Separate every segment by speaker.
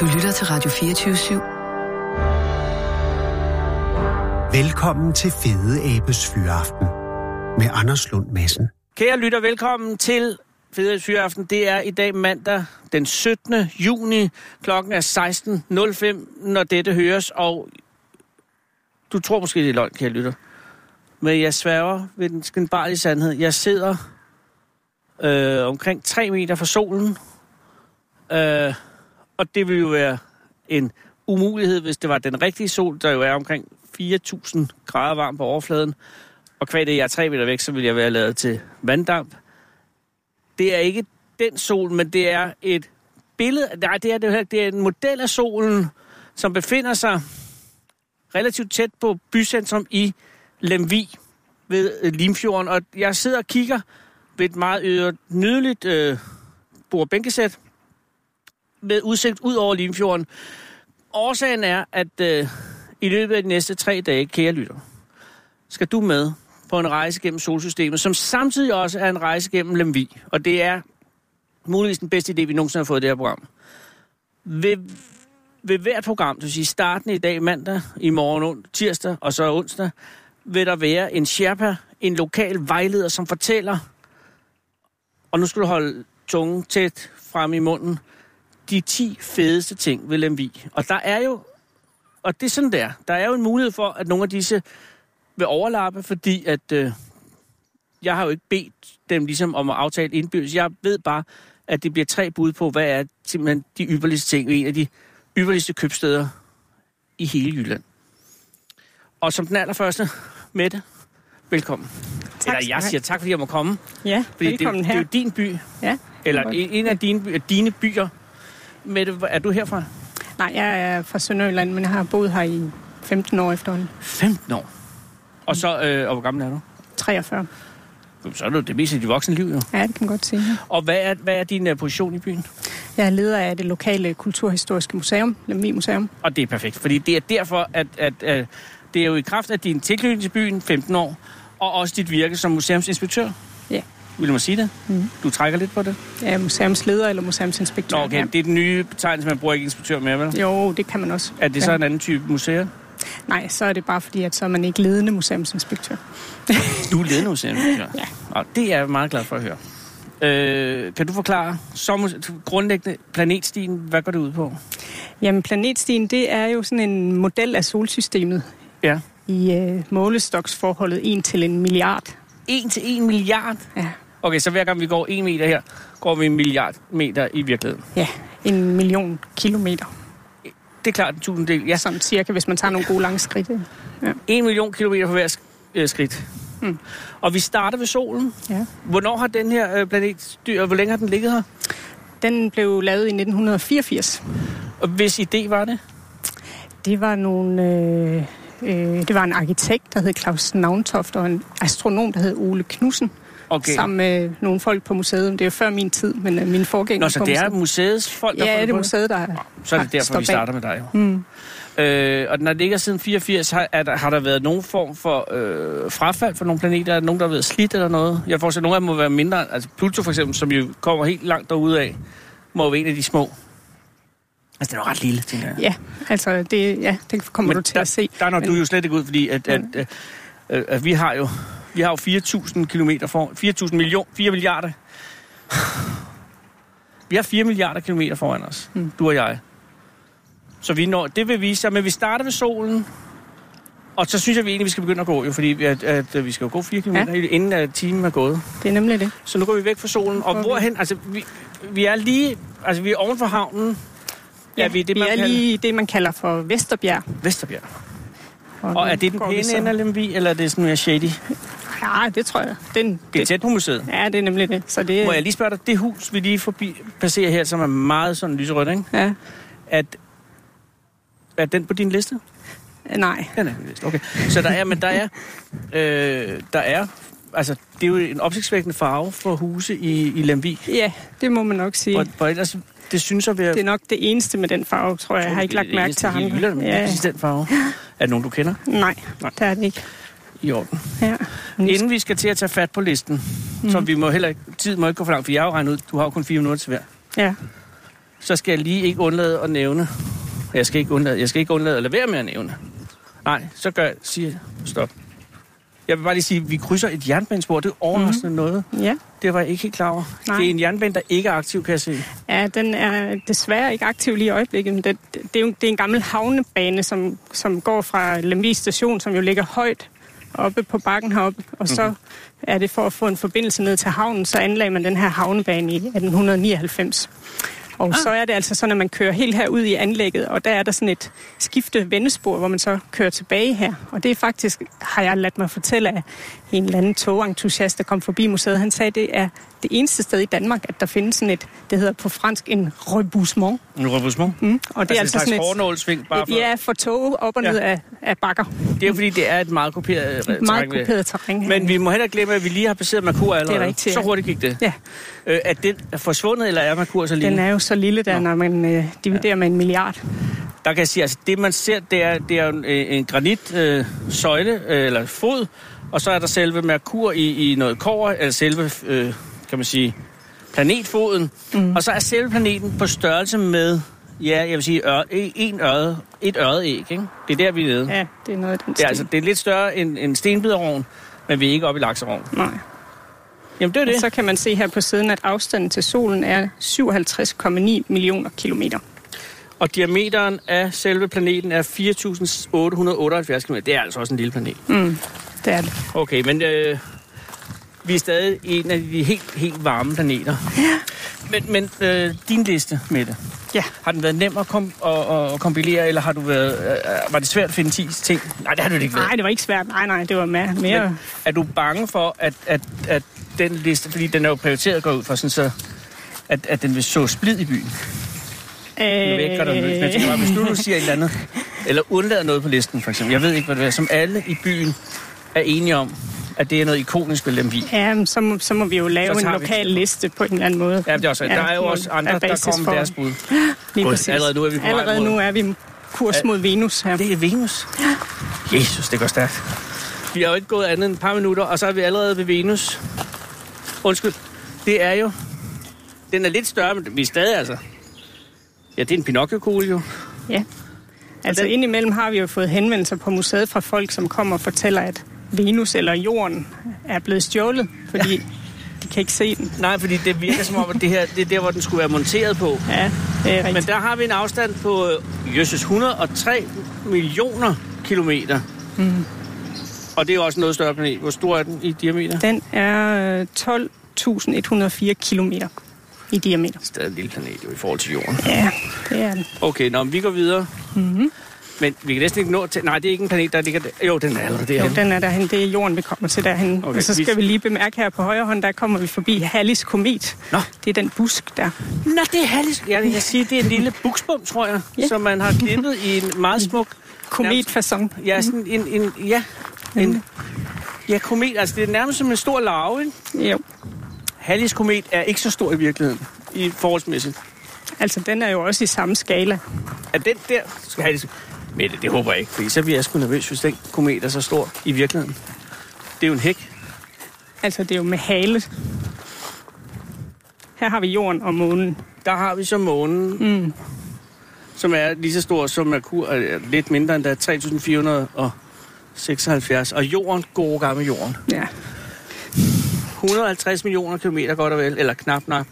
Speaker 1: Du lytter til Radio 24
Speaker 2: Velkommen til Fede Abes Fyraften med Anders Lund Madsen.
Speaker 3: Kære lytter, velkommen til Fede Syreaften. Det er i dag mandag den 17. juni. Klokken er 16.05, når dette høres. Og du tror måske, det er løgn, kære lytter. Men jeg sværger ved den skinbarlige sandhed. Jeg sidder øh, omkring 3 meter fra solen. Øh, og det ville jo være en umulighed, hvis det var den rigtige sol, der jo er omkring 4.000 grader varm på overfladen. Og kvad det, jeg er 3 meter væk, så vil jeg være lavet til vanddamp det er ikke den sol, men det er et billede, nej, det er, det, er- det er en model af solen, som befinder sig relativt tæt på bycentrum i Lemvi ved øh, Limfjorden. Og jeg sidder og kigger ved et meget øh, nydeligt øh, bord- og bænkesæt med udsigt ud over Limfjorden. Årsagen er, at øh, i løbet af de næste tre dage, kære lytter, skal du med på en rejse gennem solsystemet, som samtidig også er en rejse gennem Lemvi. Og det er muligvis den bedste idé, vi nogensinde har fået i det her program. Ved, ved hvert program, det vil sige starten i dag mandag, i morgen ond- tirsdag og så onsdag, vil der være en sherpa, en lokal vejleder, som fortæller, og nu skal du holde tungen tæt frem i munden, de 10 fedeste ting ved Lemvi. Og der er jo, og det er sådan der, der er jo en mulighed for, at nogle af disse vil overlappe, fordi at øh, jeg har jo ikke bedt dem ligesom om at aftale indbyrdes. Jeg ved bare, at det bliver tre bud på, hvad er simpelthen de ypperligste ting ved en af de ypperligste købsteder i hele Jylland. Og som den allerførste, Mette, velkommen. Tak, Eller jeg siger tak, fordi jeg må komme.
Speaker 4: Ja,
Speaker 3: Fordi
Speaker 4: velkommen
Speaker 3: det,
Speaker 4: her.
Speaker 3: det er jo din by,
Speaker 4: Ja.
Speaker 3: eller en en af dine, by- dine byer. Mette, hvor- er du herfra?
Speaker 4: Nej, jeg er fra Sønderjylland, men jeg har boet her i 15 år efterhånden.
Speaker 3: 15 år. Og så, øh, og hvor gammel er du?
Speaker 4: 43.
Speaker 3: Jamen, Så er du det meste i dit voksne liv, jo.
Speaker 4: Ja, det kan man godt sige. ja.
Speaker 3: Og hvad er, hvad er din øh, position i byen?
Speaker 4: Jeg er leder af det lokale kulturhistoriske museum, Lemvig Museum.
Speaker 3: Og det er perfekt, fordi det er derfor, at, at, at det er jo i kraft af din tilknytning til byen, 15 år, og også dit virke som museumsinspektør.
Speaker 4: Ja.
Speaker 3: Vil man sige det?
Speaker 4: Mhm.
Speaker 3: Du trækker lidt på det?
Speaker 4: Jeg er museumsleder eller museumsinspektør.
Speaker 3: Nå, okay, det er den nye betegnelse, man bruger ikke inspektør mere, vel?
Speaker 4: Ja. Jo, det kan man også.
Speaker 3: Er det så
Speaker 4: Ja.
Speaker 3: en anden type museer?
Speaker 4: Nej, så er det bare fordi, at så er man ikke ledende museumsinspektør.
Speaker 3: Du er ledende museumsinspektør. ja. Og det er jeg meget glad for at høre. Øh, kan du forklare, som muse- grundlæggende planetstien, hvad går det ud på?
Speaker 4: Jamen, planetstien, det er jo sådan en model af solsystemet
Speaker 3: Ja.
Speaker 4: i øh, målestoksforholdet 1 til en milliard.
Speaker 3: 1 til 1 milliard.
Speaker 4: Ja.
Speaker 3: Okay, så hver gang vi går 1 meter her, går vi en milliard meter i virkeligheden.
Speaker 4: ja, en million kilometer.
Speaker 3: Det er klart en tusinddel. Jeg
Speaker 4: Sådan cirka, hvis man tager nogle gode lange skridt. ikke?
Speaker 3: 1 million kilometer for hver sk- øh, skridt.
Speaker 4: Mm.
Speaker 3: Og vi starter ved solen.
Speaker 4: Ja.
Speaker 3: Hvornår har den her øh, planet styr, og hvor længe har den ligget her?
Speaker 4: Den blev lavet i 1984.
Speaker 3: Og hvis idé var det?
Speaker 4: Det var nogle... Øh, øh, det var en arkitekt, der hed Claus Navntoft, og en astronom, der hed Ole Knudsen, okay. sammen med nogle folk på museet. Det er jo før min tid, men øh, min forgænger
Speaker 3: Nå, så
Speaker 4: på
Speaker 3: det er
Speaker 4: museet.
Speaker 3: museets folk, der
Speaker 4: Ja,
Speaker 3: får
Speaker 4: det er
Speaker 3: på
Speaker 4: museet, der...
Speaker 3: Så er det
Speaker 4: der
Speaker 3: derfor,
Speaker 4: står
Speaker 3: vi
Speaker 4: bag.
Speaker 3: starter med dig. Jo.
Speaker 4: Ah, Mm.
Speaker 3: Øh, og når det ikke er siden 84, har, er der, har der været nogen form for øh, frafald for nogle planeter? Er der nogen, der er blevet slidt eller noget? Jeg forestiller, at nogle af dem må være mindre. Altså Pluto for eksempel, som jo kommer helt langt derude af, må jo være en af de små. Altså, den er jo ret lille, tænker jeg.
Speaker 4: Ja, altså, det, ja, det kommer
Speaker 3: Men
Speaker 4: du til
Speaker 3: der,
Speaker 4: at se.
Speaker 3: Der når
Speaker 4: Men-
Speaker 3: du jo slet ikke ud, fordi at, at, at, at, at vi har jo vi har jo 4.000 kilometer for 4.000 million, 4 milliarder. Vi har 4 milliarder kilometer foran os, mm.
Speaker 4: Mm.
Speaker 3: du og jeg. Så vi når, det vil vise sig, men vi starter ved solen, og så synes jeg vi egentlig, vi skal begynde at gå, jo, fordi at, at, at vi skal jo gå 4 km, ja. inden at timen er gået.
Speaker 4: Det er nemlig det.
Speaker 3: Så nu går vi væk fra solen, og
Speaker 4: går vi.
Speaker 3: hvorhen, altså vi, vi er lige, altså vi er oven for havnen, ja, vi er det,
Speaker 4: vi
Speaker 3: man
Speaker 4: er
Speaker 3: kalder-
Speaker 4: lige i det, man kalder for Vesterbjerg.
Speaker 3: Vesterbjerg.
Speaker 4: nu
Speaker 3: Og er det den
Speaker 4: går vi
Speaker 3: pæne
Speaker 4: så-
Speaker 3: ende af Lemvi, eller er det sådan mere shady?
Speaker 4: Ja, det tror jeg. Den,
Speaker 3: Det er tæt på museet.
Speaker 4: Ja, det er nemlig det. Så det,
Speaker 3: Må jeg lige spørge dig, det hus, vi lige forbi, passerer her, som er meget sådan lyserødt, ikke?
Speaker 4: Ja,
Speaker 3: At, er den på din liste?
Speaker 4: nej.
Speaker 3: Den er på min liste, okay. Så der er, men der er, øh, der er, altså, det er jo en opsigtsvækkende farve for huse i, i Lemvi.
Speaker 4: Ja, det må man nok sige.
Speaker 3: Og, og ellers, det synes at være...
Speaker 4: Det er nok det eneste med den farve, tror jeg. Jeg har ikke lagt mærke til ham.
Speaker 3: Ja. Det er
Speaker 4: Ja.
Speaker 3: præcis den farve. Er det nogen, du kender?
Speaker 4: Nej,
Speaker 3: Nej.
Speaker 4: det er det ikke.
Speaker 3: I orden.
Speaker 4: Ja.
Speaker 3: Inden vi skal til at tage fat på listen,
Speaker 4: Mhm.
Speaker 3: mm. så vi må heller ikke, tiden må ikke gå for langt, for jeg har jo regnet ud, du har jo kun fire minutter til hver.
Speaker 4: ja.
Speaker 3: så skal jeg lige ikke undlade at nævne. Jeg skal ikke undlade, jeg skal ikke undlade at lade være med at nævne. Nej, så gør jeg, siger jeg, stop. Jeg vil bare lige sige, at vi krydser et jernbanespor. Det er overraskende mm. noget.
Speaker 4: Ja.
Speaker 3: Det var jeg ikke helt klar over.
Speaker 4: Mhm. Nej.
Speaker 3: Det er en jernbane, der ikke er aktiv, kan jeg se.
Speaker 4: Ja, den er desværre ikke aktiv lige i øjeblikket. Men det, det, er jo, det er en gammel havnebane, som, som går fra Lemvig station, som jo ligger højt oppe på bakken heroppe. Og så
Speaker 3: Mhm.
Speaker 4: er det for at få en forbindelse ned til havnen, så anlagde man den her havnebane i 1899. Og ah. så er det altså sådan, at man kører helt herud i anlægget, og der er der sådan et skifte vendespor, hvor man så kører tilbage her. Og det er faktisk, har jeg ladt mig fortælle af en eller anden togentusiast, der kom forbi museet. Han sagde, at det er det eneste sted i Danmark, at der findes sådan et, det hedder på fransk en reboussement.
Speaker 3: En rebusmon.
Speaker 4: Mm. Og det er altså,
Speaker 3: en slags
Speaker 4: sådan et,
Speaker 3: hårdnålsving, bare for...
Speaker 4: et, ja, for tog op og
Speaker 3: Ja.
Speaker 4: ned af, af bakker.
Speaker 3: Det er fordi, det er et meget kopieret øh,
Speaker 4: Meget
Speaker 3: terræn, vi-
Speaker 4: kuperet terræn. her.
Speaker 3: Men vi må heller ikke glemme, at vi lige har passeret Merkur allerede.
Speaker 4: rigtigt,
Speaker 3: Så
Speaker 4: ja.
Speaker 3: hurtigt gik det.
Speaker 4: Ja,
Speaker 3: Øh, er den er forsvundet, eller er Merkur så lige?
Speaker 4: den er jo så lille der,
Speaker 3: Nå. Mm.
Speaker 4: når man øh, dividerer med en milliard.
Speaker 3: Der kan jeg sige, altså det man ser, det er, det er jo en, øh, en granitsøjle, øh, søjle, øh, eller fod, og så er der selve Merkur i, i noget kover, eller selve, øh, kan man sige, planetfoden. Mm. Og så er selve planeten på størrelse med, ja, jeg vil sige, ør, en ørde, et øret æg, ikke? Det er der, vi er nede.
Speaker 4: Ja, det er noget af den
Speaker 3: Det
Speaker 4: stil.
Speaker 3: er, altså, det er lidt større end, end stenbiderovn, men vi er ikke oppe i lakserovn.
Speaker 4: Nej.
Speaker 3: Jamen, det er
Speaker 4: Og
Speaker 3: det.
Speaker 4: så kan man se her på siden, at afstanden til solen er 57,9 millioner kilometer.
Speaker 3: Og diameteren af selve planeten er 4.878 km. Det er altså også en lille planet.
Speaker 4: Mm, det er det.
Speaker 3: Okay, men øh, vi er stadig en af de helt, helt varme planeter. Ja. Men, men øh, din liste, Mette,
Speaker 4: Ja.
Speaker 3: har den været nem at, kom- og, og, at kompilere, eller har du været, øh, var det svært at finde 10 ting? Nej, det har det ikke været.
Speaker 4: Nej, det var ikke svært. Nej, nej, det var mere...
Speaker 3: Men
Speaker 4: mere.
Speaker 3: er du bange for, at, at, at den liste, fordi den er jo prioriteret går ud fra, sådan så, at, at den vil så splid i byen?
Speaker 4: Øh.
Speaker 3: Nu vækker der noget. Jeg tænker bare, hvis nu du siger et eller andet, eller undlader noget på listen, for eksempel. Jeg ved ikke, hvad det er, som alle i byen er enige om, at det er noget ikonisk ved Lemvig.
Speaker 4: Øh, Ja, men så, må, så må vi jo lave
Speaker 3: Så
Speaker 4: en
Speaker 3: tager vi
Speaker 4: lokal
Speaker 3: det.
Speaker 4: liste på en eller anden måde.
Speaker 3: Ja, det er også, ja, der er jo
Speaker 4: hvor-
Speaker 3: også andre,
Speaker 4: er
Speaker 3: der
Speaker 4: basis
Speaker 3: kommer med
Speaker 4: for-
Speaker 3: deres bud. Gud,
Speaker 4: Lige præcis.
Speaker 3: allerede nu er vi på vej
Speaker 4: Allerede
Speaker 3: mod-
Speaker 4: nu er vi kurs
Speaker 3: Ja.
Speaker 4: mod Venus her.
Speaker 3: Det er Venus. Jesus, det går stærkt. Vi har jo ikke gået andet end et par minutter, og så er vi allerede ved Venus. Undskyld, det er jo... Den er lidt større, men vi er stadig altså... Ja, det er en Pinocchio-kugle jo.
Speaker 4: Ja. Altså
Speaker 3: den-
Speaker 4: indimellem har vi jo fået henvendelser på museet fra folk, som kommer og fortæller, at Venus eller Jorden er blevet stjålet, fordi ja. de kan ikke se den.
Speaker 3: Nej, fordi det virker som om, at det her det er der, hvor den skulle være monteret på.
Speaker 4: Ja, det er rigtigt.
Speaker 3: Men der har vi en afstand på øh, Jøsses 103 millioner kilometer. Mm. Og det er jo også en noget større planet. Hvor stor er den i diameter?
Speaker 4: Den er øh, 12.104 kilometer i diameter.
Speaker 3: Det er en lille planet jo i forhold til Jorden.
Speaker 4: Ja, det er den.
Speaker 3: Okay, nå, men vi går videre. Mm-hmm. Men vi kan næsten ikke nå til... Nej, det er ikke en planet, der ligger... Der. Jo, den er allerede
Speaker 4: Jo,
Speaker 3: der.
Speaker 4: den er derhen. Det er jorden, vi kommer til derhen.
Speaker 3: Okay,
Speaker 4: Okay, og så skal
Speaker 3: vi-
Speaker 4: vi lige bemærke her på højre hånd, der kommer vi forbi Hallis komet.
Speaker 3: Nå.
Speaker 4: Det er den busk der.
Speaker 3: Nå, det er Hallis. Jeg kan sige, det er en lille buksbom, tror jeg,
Speaker 4: Ja.
Speaker 3: som man har klippet i en meget smuk...
Speaker 4: Kometfasong.
Speaker 3: Ja, sådan en... en ja, en, ja, komet. Altså, det er nærmest som en stor larve, ikke?
Speaker 4: Jo.
Speaker 3: Hallis komet er ikke så stor i virkeligheden, i forholdsmæssigt.
Speaker 4: Altså, den er jo også i samme skala.
Speaker 3: Er den der... Skal Hallis... Mette, det håber jeg ikke, fordi så bliver jeg sgu nervøs, hvis den komet er så stor i virkeligheden. Det er jo en hæk.
Speaker 4: Altså, det er jo med hale. Her har vi jorden og månen.
Speaker 3: Der har vi så månen, mm. som er lige så stor som Merkur, og er lidt mindre end der er 3.476. Og jorden, gode gamle jorden.
Speaker 4: Ja.
Speaker 3: 150 millioner kilometer godt og vel, eller knap nok,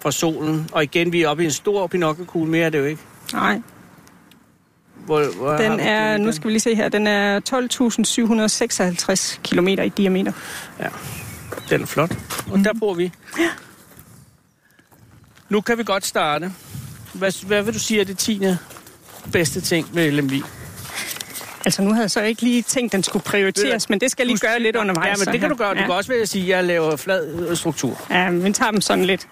Speaker 3: fra solen. Og igen, vi er oppe i en stor Pinocchio-kugle, mere er det jo ikke.
Speaker 4: Nej,
Speaker 3: Hvor, hvor har
Speaker 4: den
Speaker 3: vi
Speaker 4: er,
Speaker 3: igen?
Speaker 4: nu skal vi lige se her, den er 12.756 kilometer i diameter.
Speaker 3: Den er flot. Og
Speaker 4: Mm.
Speaker 3: der bor vi. Nu kan vi godt starte. Hvad, hvad vil du sige er det tiende bedste ting med Lemvig?
Speaker 4: Altså, nu havde jeg så ikke lige tænkt, den skulle prioriteres, men det skal jeg lige gøre lidt undervejs.
Speaker 3: Ja, men
Speaker 4: så
Speaker 3: det kan
Speaker 4: her.
Speaker 3: du gøre. Du
Speaker 4: ja.
Speaker 3: kan også vælge at sige, at jeg laver flad øh, struktur.
Speaker 4: Ja, men vi tager dem sådan lidt.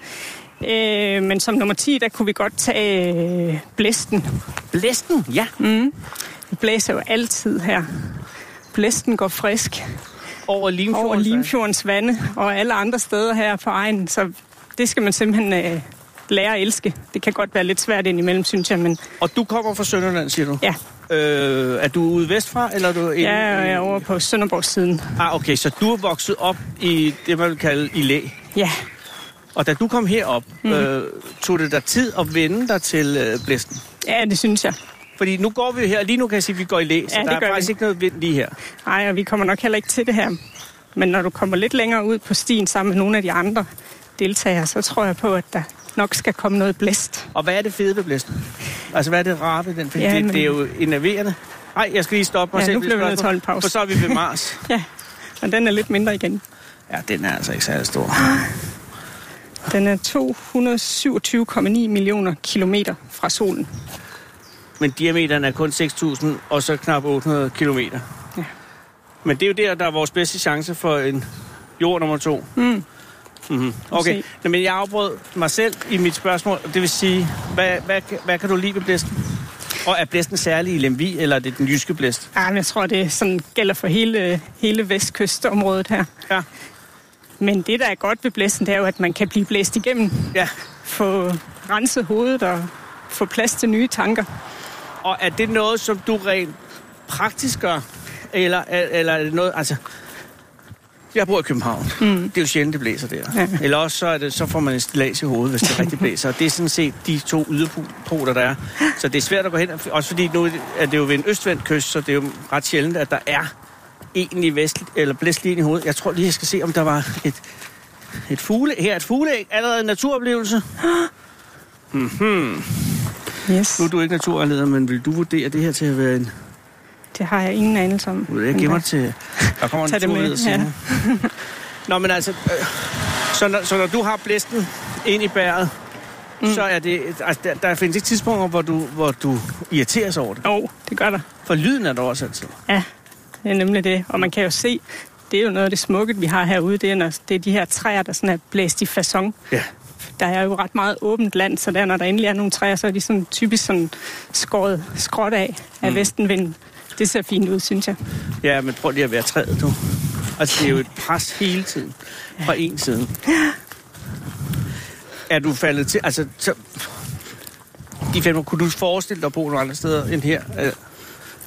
Speaker 4: Øh, men som nummer 10, der kunne vi godt tage øh, blæsten.
Speaker 3: Blæsten, ja.
Speaker 4: Mm. Det blæser jo altid her. Blæsten går frisk
Speaker 3: Over Limfjorden.
Speaker 4: over Limfjordens vande og alle andre steder her på egen, så det skal man simpelthen øh, lære at elske. Det kan godt være lidt svært indimellem, synes jeg, men
Speaker 3: Og du kommer fra Sønderland, siger du?
Speaker 4: ja,
Speaker 3: Øh, er du ude vestfra, eller er du inde?
Speaker 4: ja jeg er over på Sønderborg siden.
Speaker 3: Ah, okay, så du er vokset op i det, man vil kalde i læ.
Speaker 4: Ja,
Speaker 3: Og da du kom herop,
Speaker 4: Mhm.
Speaker 3: mm. øh, tog det dig tid at vende dig til øh, blæsten?
Speaker 4: Ja, det synes jeg.
Speaker 3: Fordi nu går vi jo her, og lige nu kan jeg sige, at vi går i læ, så
Speaker 4: Ja,
Speaker 3: ja,
Speaker 4: det
Speaker 3: der er
Speaker 4: gør
Speaker 3: faktisk
Speaker 4: vi.
Speaker 3: ikke noget vind lige her.
Speaker 4: Nej, og vi kommer nok heller ikke til det her. Men når du kommer lidt længere ud på stien sammen med nogle af de andre deltagere, så tror jeg på, at der nok skal komme noget blæst.
Speaker 3: Og hvad er det fede ved blæsten? Altså, hvad er det rare ved den? Fordi ja,
Speaker 4: Ja,
Speaker 3: det,
Speaker 4: men-
Speaker 3: det er jo enerverende. Nej, jeg skal lige stoppe mig
Speaker 4: Ja,
Speaker 3: selv.
Speaker 4: nu
Speaker 3: med
Speaker 4: bliver vi
Speaker 3: et
Speaker 4: nødt til at holde en
Speaker 3: spørgsmål,
Speaker 4: pause.
Speaker 3: For så er vi ved Mars.
Speaker 4: Ja, og den er lidt mindre igen.
Speaker 3: ja, den er altså ikke særlig stor.
Speaker 4: Den er 227,9 millioner kilometer fra solen.
Speaker 3: Men diameteren er kun 6.000, og så knap 800 kilometer.
Speaker 4: Ja.
Speaker 3: Men det er jo der, der er vores bedste chance for en jord nummer to.
Speaker 4: Mm.
Speaker 3: Mm-hmm. Okay,
Speaker 4: se.
Speaker 3: Nå, men jeg afbrød mig selv i mit spørgsmål. Det vil sige, hvad, hvad, hvad kan du lide ved blæsten? Og er blæsten særlig i Lemvi, eller er det den jyske blæst?
Speaker 4: Ej, men jeg tror, det sådan gælder for hele, hele vestkystområdet her.
Speaker 3: Ja.
Speaker 4: Men det, der er godt ved blæsten, det er jo, at man kan blive blæst igennem.
Speaker 3: ja.
Speaker 4: Få renset hovedet og få plads til nye tanker.
Speaker 3: Og er det noget, som du rent praktisk gør? Eller, eller er det noget, altså... Jeg bor i København. Mm. Det er jo sjældent, det blæser der. Ja.
Speaker 4: Ja.
Speaker 3: Eller også så, er det, så får man en stilas i hovedet, hvis det rigtig blæser. Og det er sådan set de to yderpoler, der er. Så det er svært at gå hen. Også fordi nu er det jo ved en østvendt kyst, så det er jo ret sjældent, at der er egentlig vest, eller blæst lige ind i hovedet. Jeg tror lige, jeg skal se, om der var et, et fugle. Her er et fugleæg. Allerede en naturoplevelse.
Speaker 4: Yes.
Speaker 3: Nu er du ikke naturleder, men vil du vurdere det her til at være en
Speaker 4: Det har jeg ingen anelse om.
Speaker 3: Nu vil jeg gemme mig til... Der kommer en
Speaker 4: Tag det med,
Speaker 3: turleder
Speaker 4: ja.
Speaker 3: senere. Nå, men altså... Øh, så, når, så når du har blæsten ind i bæret, mm. så er det... Altså, der, der findes ikke tidspunkter, hvor du, hvor du irriteres over det.
Speaker 4: Jo, det gør der.
Speaker 3: For lyden er der også altid.
Speaker 4: Ja, det er nemlig det. Og man kan jo se, det er jo noget af det smukke, vi har herude. Det er, når, det er de her træer, der sådan er blæst i fason.
Speaker 3: Ja.
Speaker 4: Der er jo ret meget åbent land, så der, når der endelig er nogle træer, så er de sådan typisk sådan skåret skråt af af mm. vestenvinden. Det ser fint ud, synes jeg.
Speaker 3: Ja, men prøv lige at være træet, du. Altså, det er jo et pres hele tiden. Fra en side. Er du faldet til... Altså, så, de fem, kunne du forestille dig at bo nogle andre steder end her? Øh,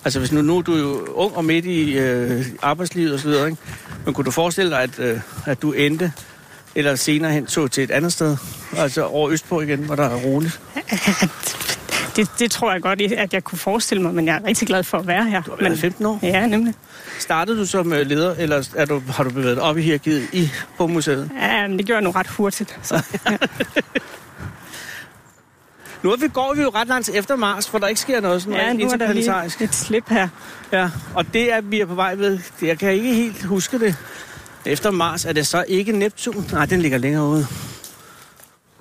Speaker 3: Altså, hvis nu, nu er du jo ung og midt i øh, arbejdslivet og så videre, ikke? Men kunne du forestille dig, at, øh, at du endte eller senere hen tog til et andet sted? Altså over Østpå igen, hvor der er roligt.
Speaker 4: Det, det tror jeg godt, at jeg kunne forestille mig, men jeg er rigtig glad for at være her.
Speaker 3: Du har været
Speaker 4: men,
Speaker 3: 15 år.
Speaker 4: Ja, nemlig.
Speaker 3: Startede du som øh, leder, eller er du, har du bevæget dig op i hierarkiet i, på museet?
Speaker 4: Ja, men det gjorde jeg nu ret hurtigt. Så, ja.
Speaker 3: Nu er vi, går vi jo ret langt efter Mars, for der ikke sker noget sådan
Speaker 4: ja,
Speaker 3: rent
Speaker 4: nu er der lige
Speaker 3: interplanetarisk.
Speaker 4: et slip her.
Speaker 3: Ja, og det er, vi er på vej ved. Jeg kan ikke helt huske det. Efter Mars er det så ikke Neptun. Nej, den ligger længere ude.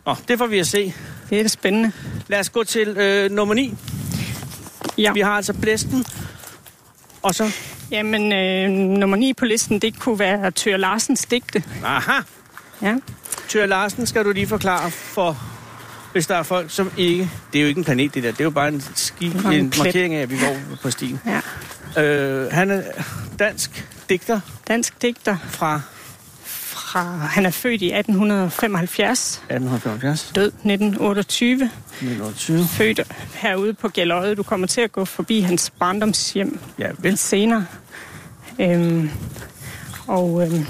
Speaker 3: Nå, det får vi at se.
Speaker 4: Det er det spændende.
Speaker 3: Lad os gå til øh, nummer 9.
Speaker 4: Ja.
Speaker 3: Vi har altså blæsten. Og så...
Speaker 4: Jamen, øh, nummer 9 på listen, det kunne være Tør Larsens digte.
Speaker 3: Aha!
Speaker 4: Ja.
Speaker 3: Tyr Larsen skal du lige forklare for... Hvis der er folk, som ikke... Det er jo ikke en planet, det der. Det er jo bare en, ski, en,
Speaker 4: bare en plet.
Speaker 3: markering af, at vi går på stien.
Speaker 4: ja.
Speaker 3: Øh, han er dansk digter
Speaker 4: Dansk digter.
Speaker 3: fra
Speaker 4: Fra, han er født i 1875,
Speaker 3: 1875.
Speaker 4: død 1928,
Speaker 3: 1920.
Speaker 4: født herude på Gælderøde. Du kommer til at gå forbi hans barndomshjem
Speaker 3: Ja,
Speaker 4: lidt
Speaker 3: vel.
Speaker 4: senere. Øhm, og øhm,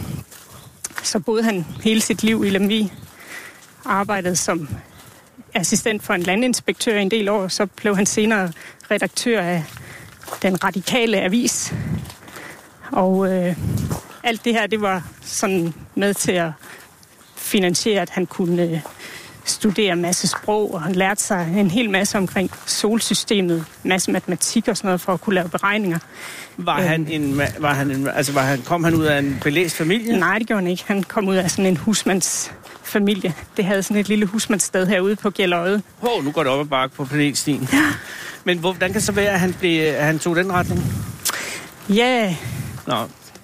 Speaker 4: så boede han hele sit liv i Lemvi, arbejdede som assistent for en landinspektør i en del år, så blev han senere redaktør af den radikale avis. Og øh, alt det her, det var sådan med til at finansiere, at han kunne øh, studere en masse sprog, og han lærte sig en hel masse omkring solsystemet, en masse matematik og sådan noget, for at kunne lave beregninger.
Speaker 3: Var han en, ma- var han en, altså var han, kom han ud af en belæst familie?
Speaker 4: Nej, det gjorde han ikke. Han kom ud af sådan en husmandsfamilie. Det havde sådan et lille husmandssted herude på Gjellerøde.
Speaker 3: Hov, nu går det op ad bakke på planetstien. Ja. Men hvor- hvordan kan det så være, at han, blev, at han tog den retning?
Speaker 4: Ja,
Speaker 3: Nå.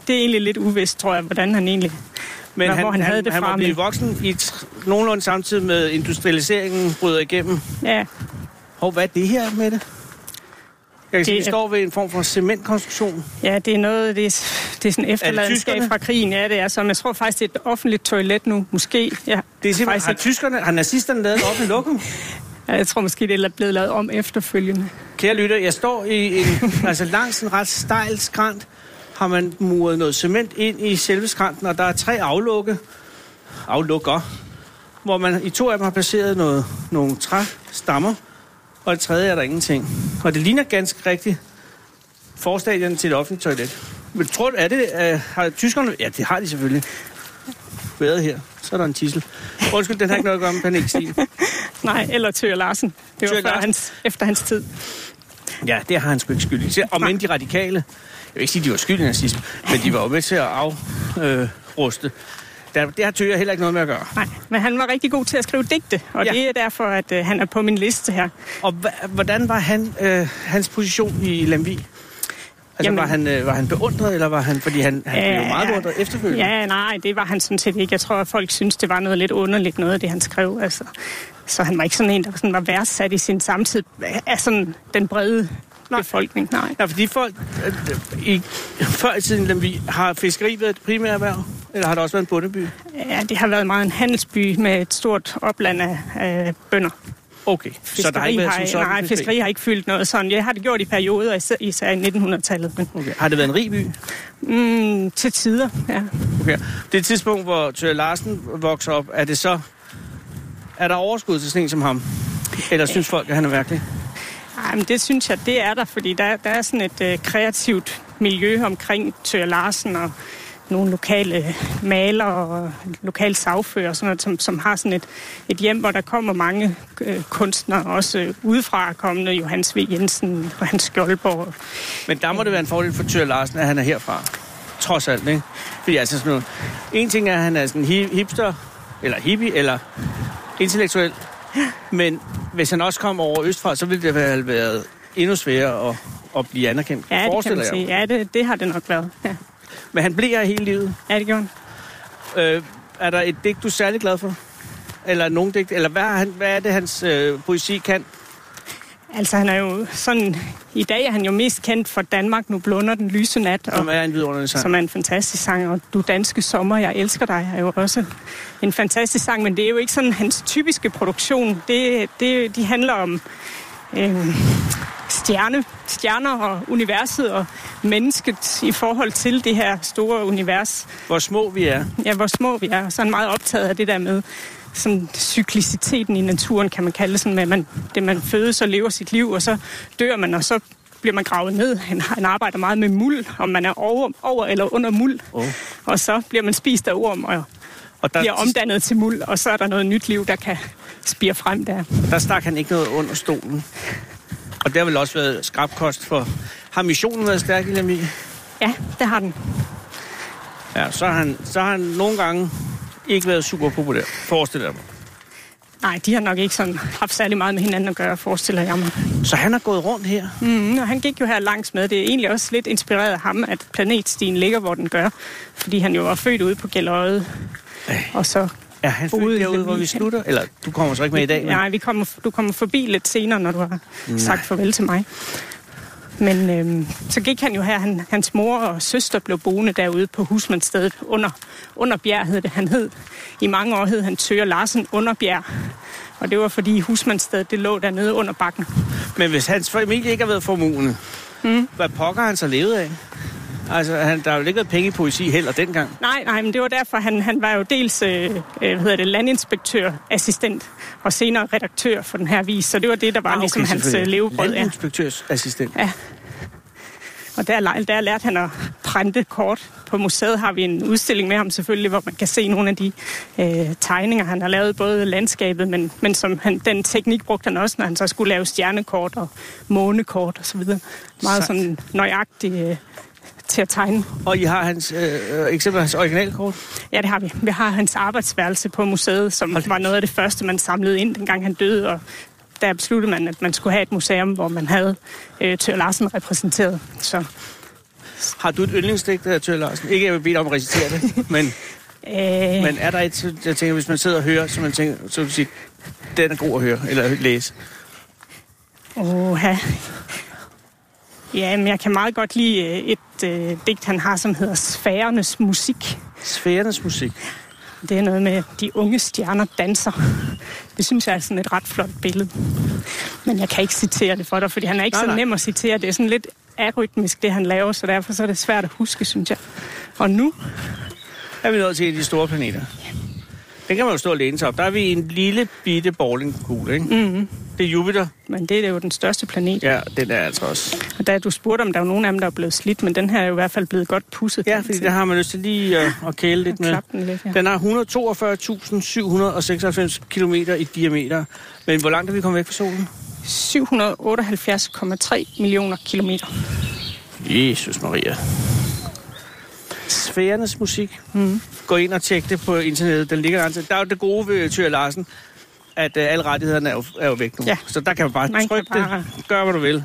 Speaker 4: det er egentlig lidt uvist, tror jeg, hvordan han egentlig...
Speaker 3: Men
Speaker 4: Nå, hvor han havde det
Speaker 3: han
Speaker 4: fra,
Speaker 3: var blevet
Speaker 4: men-
Speaker 3: voksen i tr- nogenlunde samtidig med industrialiseringen bryder igennem.
Speaker 4: Ja,
Speaker 3: Hov, hvad er det her med det? Jeg kan sige, vi
Speaker 4: er-
Speaker 3: står ved en form for cementkonstruktion.
Speaker 4: ja det er noget, det er, det er sådan efterladenskab
Speaker 3: tyskerne?
Speaker 4: fra krigen. Ja, det er som, jeg tror faktisk, det er et offentligt toilet nu, måske. Ja,
Speaker 3: Det er simpelthen,
Speaker 4: faktisk
Speaker 3: har
Speaker 4: ikke.
Speaker 3: tyskerne, har nazisterne lavet op i lokum?
Speaker 4: Ja, jeg tror måske, det er blevet lavet om efterfølgende.
Speaker 3: Kære lytter, jeg står i en, altså langs en ret stejl skrant, har man muret noget cement ind i selve skranten, og der er tre aflukke, aflukker, hvor man i to af dem har placeret noget, nogle træstammer, og i det tredje er der ingenting. Og det ligner ganske rigtigt forstadion til et offentligt toilet. Men tror du, er det, øh, har tyskerne... Ja, det har de selvfølgelig været her. Så er der en tissel. Undskyld, den har ikke noget at gøre med panikstil.
Speaker 4: Nej, eller Tøger Larsen. Det
Speaker 3: Thøger
Speaker 4: var før
Speaker 3: Larsen.
Speaker 4: hans, efter hans tid.
Speaker 3: Ja, det har han sgu ikke skyld i. Se, Om end de radikale, jeg vil ikke sige, de var skyld i nazisme, men de var jo med til at afruste. Øh, ruste. Der, det har Tøger heller ikke noget med at gøre.
Speaker 4: Nej, men han var rigtig god til at skrive digte, og
Speaker 3: Ja.
Speaker 4: ja. det er derfor, at øh, han er på min liste her.
Speaker 3: Og hva- hvordan var han, øh, hans position i Lemvi? Altså, Jamen.
Speaker 4: Jamen-
Speaker 3: var han, øh, var han beundret, eller var han... Fordi han, han blev
Speaker 4: Øh,
Speaker 3: meget beundret efterfølgende.
Speaker 4: Ja, nej, det var han sådan set ikke. Jeg tror, at folk synes, det var noget lidt underligt, noget af det, han skrev. Altså. Så han var ikke sådan en, der sådan var værdsat i sin samtid af sådan den brede nej. befolkning. Nej.
Speaker 3: Ja, fordi folk øh, i, før i tiden i Lemvi, har fiskeri været et primært erhverv? Eller har der også været en bondeby?
Speaker 4: Ja, det har været meget en handelsby med et stort opland af øh, bønder.
Speaker 3: Okay, så der har ikke været som sådan
Speaker 4: nej, fiskeri har ikke fyldt noget sådan. Jeg har det gjort i perioder, især, især i 1900-tallet. Men,
Speaker 3: Okay. Har det været en rig by?
Speaker 4: mm, til tider, ja.
Speaker 3: Okay. Det tidspunkt, hvor Tør Larsen vokser op, er det så... Er der overskud til sådan en som ham? Eller synes
Speaker 4: Øh.
Speaker 3: folk, at han er mærkelig?
Speaker 4: Ej, men det synes jeg, det er der, fordi der, der er sådan et øh, kreativt miljø omkring Tør Larsen og nogle lokale maler og lokale sagfører, og sådan noget, som, som har sådan et, et hjem, hvor der kommer mange øh, kunstnere, også øh, udefra kommende, Johannes V. Jensen, Johannes Skjoldborg.
Speaker 3: Men der må det være en fordel for Tør Larsen, at han er herfra. Trods alt, ikke? Fordi altså sådan noget... En ting er, at han er sådan hi- hipster, eller hippie, eller intellektuel. Men hvis han også kom over østfra, så ville det have været endnu sværere at, at blive anerkendt.
Speaker 4: Ja, det kan
Speaker 3: forestiller
Speaker 4: man
Speaker 3: jeg
Speaker 4: sige. Ja, det, det har det nok været. Ja,
Speaker 3: mig. Men han bliver her hele livet.
Speaker 4: ja det gjorde han.
Speaker 3: Øh, er der et digt, du er særlig glad for? Eller nogen digt? Eller hvad, er han, hvad er det, hans øh, poesi kan?
Speaker 4: Altså, han er jo sådan... I dag er han jo mest kendt for Danmark, nu blunder den lyse nat. Og,
Speaker 3: Som er en vidunderlig sang.
Speaker 4: som er en fantastisk sang, og Du danske sommer, jeg elsker dig, er jo også en fantastisk sang, men det er jo ikke sådan hans typiske produktion. Det, det, de handler om øh, stjerne, stjerner og universet og mennesket i forhold til det her store univers.
Speaker 3: Hvor små vi er.
Speaker 4: Ja, hvor små vi er, og så er han meget optaget af det der med sådan cykliciteten i naturen, kan man kalde det sådan, med at man, det man fødes og lever sit liv, og så dør man, og så bliver man gravet ned. Han, han arbejder meget med muld, om man er over, over eller under muld.
Speaker 3: Oh.
Speaker 4: Og så bliver man spist af orm og
Speaker 3: Og der,
Speaker 4: bliver omdannet til muld, og så er der noget nyt liv, der kan spire frem der.
Speaker 3: der stak han ikke noget under stolen. Og det har vel også været skrabkost for... Har missionen været stærk i Lemmy?
Speaker 4: Ja, det har den.
Speaker 3: Ja, så har, han, så har han nogle gange ikke været super populær, forestiller jeg mig.
Speaker 4: Nej, de har nok ikke sådan haft særlig meget med hinanden at gøre, forestiller jeg mig.
Speaker 3: Så han har gået rundt her.
Speaker 4: Mm, og han gik jo her langs med. Det er egentlig også lidt inspireret af ham, at planetstien ligger, hvor den gør. Fordi han jo var født ude på Gælderøde. Og så,
Speaker 3: Er han
Speaker 4: Ude
Speaker 3: født derude,
Speaker 4: i Lemvig,
Speaker 3: hvor vi
Speaker 4: ja.
Speaker 3: slutter? Eller du kommer så ikke med i dag, men
Speaker 4: nej, vi kommer, du kommer forbi lidt senere, når du har nej. sagt farvel til mig. Men øhm, så gik han jo her. Han, hans mor og søster blev boende derude på husmandstedet under, under Bjerg, hed det. Han hed, i mange år hed han Tøger Larsen under Bjerg. Og det var fordi husmandstedet, det lå dernede under bakken.
Speaker 3: Men hvis hans familie ikke har været formuen, mm. hvad pokker har han så levet af? Altså, han, der har jo ikke været penge i poesi heller dengang.
Speaker 4: Nej, nej, men det var derfor, han, han var jo dels øh, øh, hvad hedder det, landinspektørassistent og senere redaktør for den her vis. Så det var det, der var ah, okay, ligesom hans øh, levebrød. Ja.
Speaker 3: Landinspektørsassistent.
Speaker 4: Ja. Og der, le- der lærte han at printe kort. På museet har vi en udstilling med ham selvfølgelig, hvor man kan se nogle af de øh, tegninger, han har lavet, både landskabet, men, men som han, den teknik brugte han også, når han så skulle lave stjernekort og månekort osv. Meget
Speaker 3: Sejt.
Speaker 4: sådan nøjagtigt øh, til at tegne.
Speaker 3: Og I har hans, øh, øh, eksempel hans originalkort.
Speaker 4: Ja, det har vi. Vi har hans arbejdsværelse på museet, som var noget af det første, man samlede ind, dengang han døde, og der besluttede man, at man skulle have et museum, hvor man havde øh, Tør Larsen repræsenteret. Så
Speaker 3: Har du et yndlingsdigt af Tør Larsen? Ikke, jeg vil bede dig om at recitere det, men,
Speaker 4: Øh,
Speaker 3: men er der et, så jeg tænker, hvis man sidder og hører, så man tænker, så vil du sige, den er god at høre, eller læse.
Speaker 4: Oha. Ja, men jeg kan meget godt lide øh, et øh, digt, han har, som hedder Sfærernes musik.
Speaker 3: Sfærernes musik.
Speaker 4: Det er noget med, de unge stjerner danser. Det synes jeg er sådan et ret flot billede. Men jeg kan ikke citere det for dig, fordi han er ikke
Speaker 3: Nej,
Speaker 4: nej, så
Speaker 3: nej.
Speaker 4: nej. nem at citere. Det er sådan lidt arytmisk, det han laver, så derfor så er det svært at huske, synes jeg. Og nu
Speaker 3: Er vi nået til en af de store planeter? Det kan man jo stå og læne sig op. Der er vi i en lille bitte bowlingkugle, ikke?
Speaker 4: Mm-hmm.
Speaker 3: Det er Jupiter.
Speaker 4: Men det er jo den største planet.
Speaker 3: Ja, den er altså også.
Speaker 4: Og da du spurgte, om der var nogen af dem, der er blevet slidt, men den her er jo i hvert fald blevet godt pusset.
Speaker 3: Ja, fordi der har man lyst til lige at, at kæle lidt med.
Speaker 4: Klap den lidt, ja.
Speaker 3: Den har 142.796 km i diameter. Men hvor langt er vi kommet væk fra solen?
Speaker 4: 778,3 millioner kilometer.
Speaker 3: Jesus Maria. Sfærernes musik.
Speaker 4: Mm.
Speaker 3: Gå ind og tjek det på internettet. Den ligger altså. Der er jo det gode ved Tyre Larsen, at uh, alle rettighederne er jo, er jo væk nu.
Speaker 4: Ja.
Speaker 3: Så der kan man bare
Speaker 4: Man kan
Speaker 3: trykke
Speaker 4: bare-
Speaker 3: det. Gør, hvad du vil.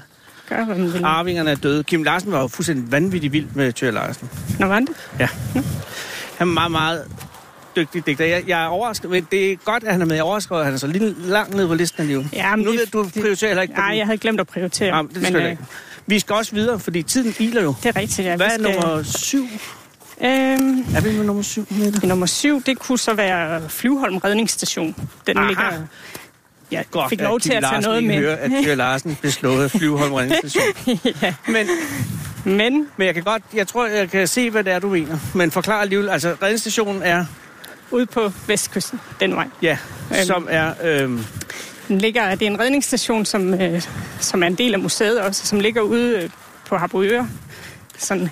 Speaker 4: Gør, hvad man vil.
Speaker 3: Arvingerne er døde. Kim Larsen var jo fuldstændig vanvittig vild med Tyre Larsen.
Speaker 4: Nå, var det?
Speaker 3: Ja. Han er meget, meget dygtig digter. Jeg, jeg er overrasket, men det er godt, at han er med. Jeg er overrasket, at han er så lidt langt nede på listen alligevel.
Speaker 4: Ja, men
Speaker 3: nu
Speaker 4: det-
Speaker 3: ved jeg, du prioriterer heller ikke. på
Speaker 4: Nej,
Speaker 3: den.
Speaker 4: jeg havde glemt at prioritere. øh,
Speaker 3: Jamen, det skal men, ikke. Vi skal også videre, fordi tiden iler jo.
Speaker 4: det er rigtigt, ja.
Speaker 3: Hvad
Speaker 4: Vi
Speaker 3: er
Speaker 4: skal-
Speaker 3: nummer syv?
Speaker 4: Øhm,
Speaker 3: Er vi med nummer syv? Mette?
Speaker 4: nummer syv, det kunne så være Flyvholm Redningsstation. Den
Speaker 3: Aha.
Speaker 4: ligger... Jeg
Speaker 3: Godt,
Speaker 4: fik lov
Speaker 3: at
Speaker 4: til
Speaker 3: Kim
Speaker 4: at tage
Speaker 3: Larsen
Speaker 4: noget
Speaker 3: ikke
Speaker 4: med.
Speaker 3: Hører, at Kjell Larsen blev slået af Flyveholm Redningsstation.
Speaker 4: ja.
Speaker 3: men,
Speaker 4: Men
Speaker 3: men jeg kan godt, jeg tror, jeg kan se, hvad det er, du mener. Men forklar alligevel, altså redningsstationen er,
Speaker 4: ude på vestkysten, den vej.
Speaker 3: ja,
Speaker 4: Øhm.
Speaker 3: som er, øhm,
Speaker 4: Den ligger, det er en redningsstation, som, øh, som er en del af museet også, som ligger ude øh, på Harboøre, sådan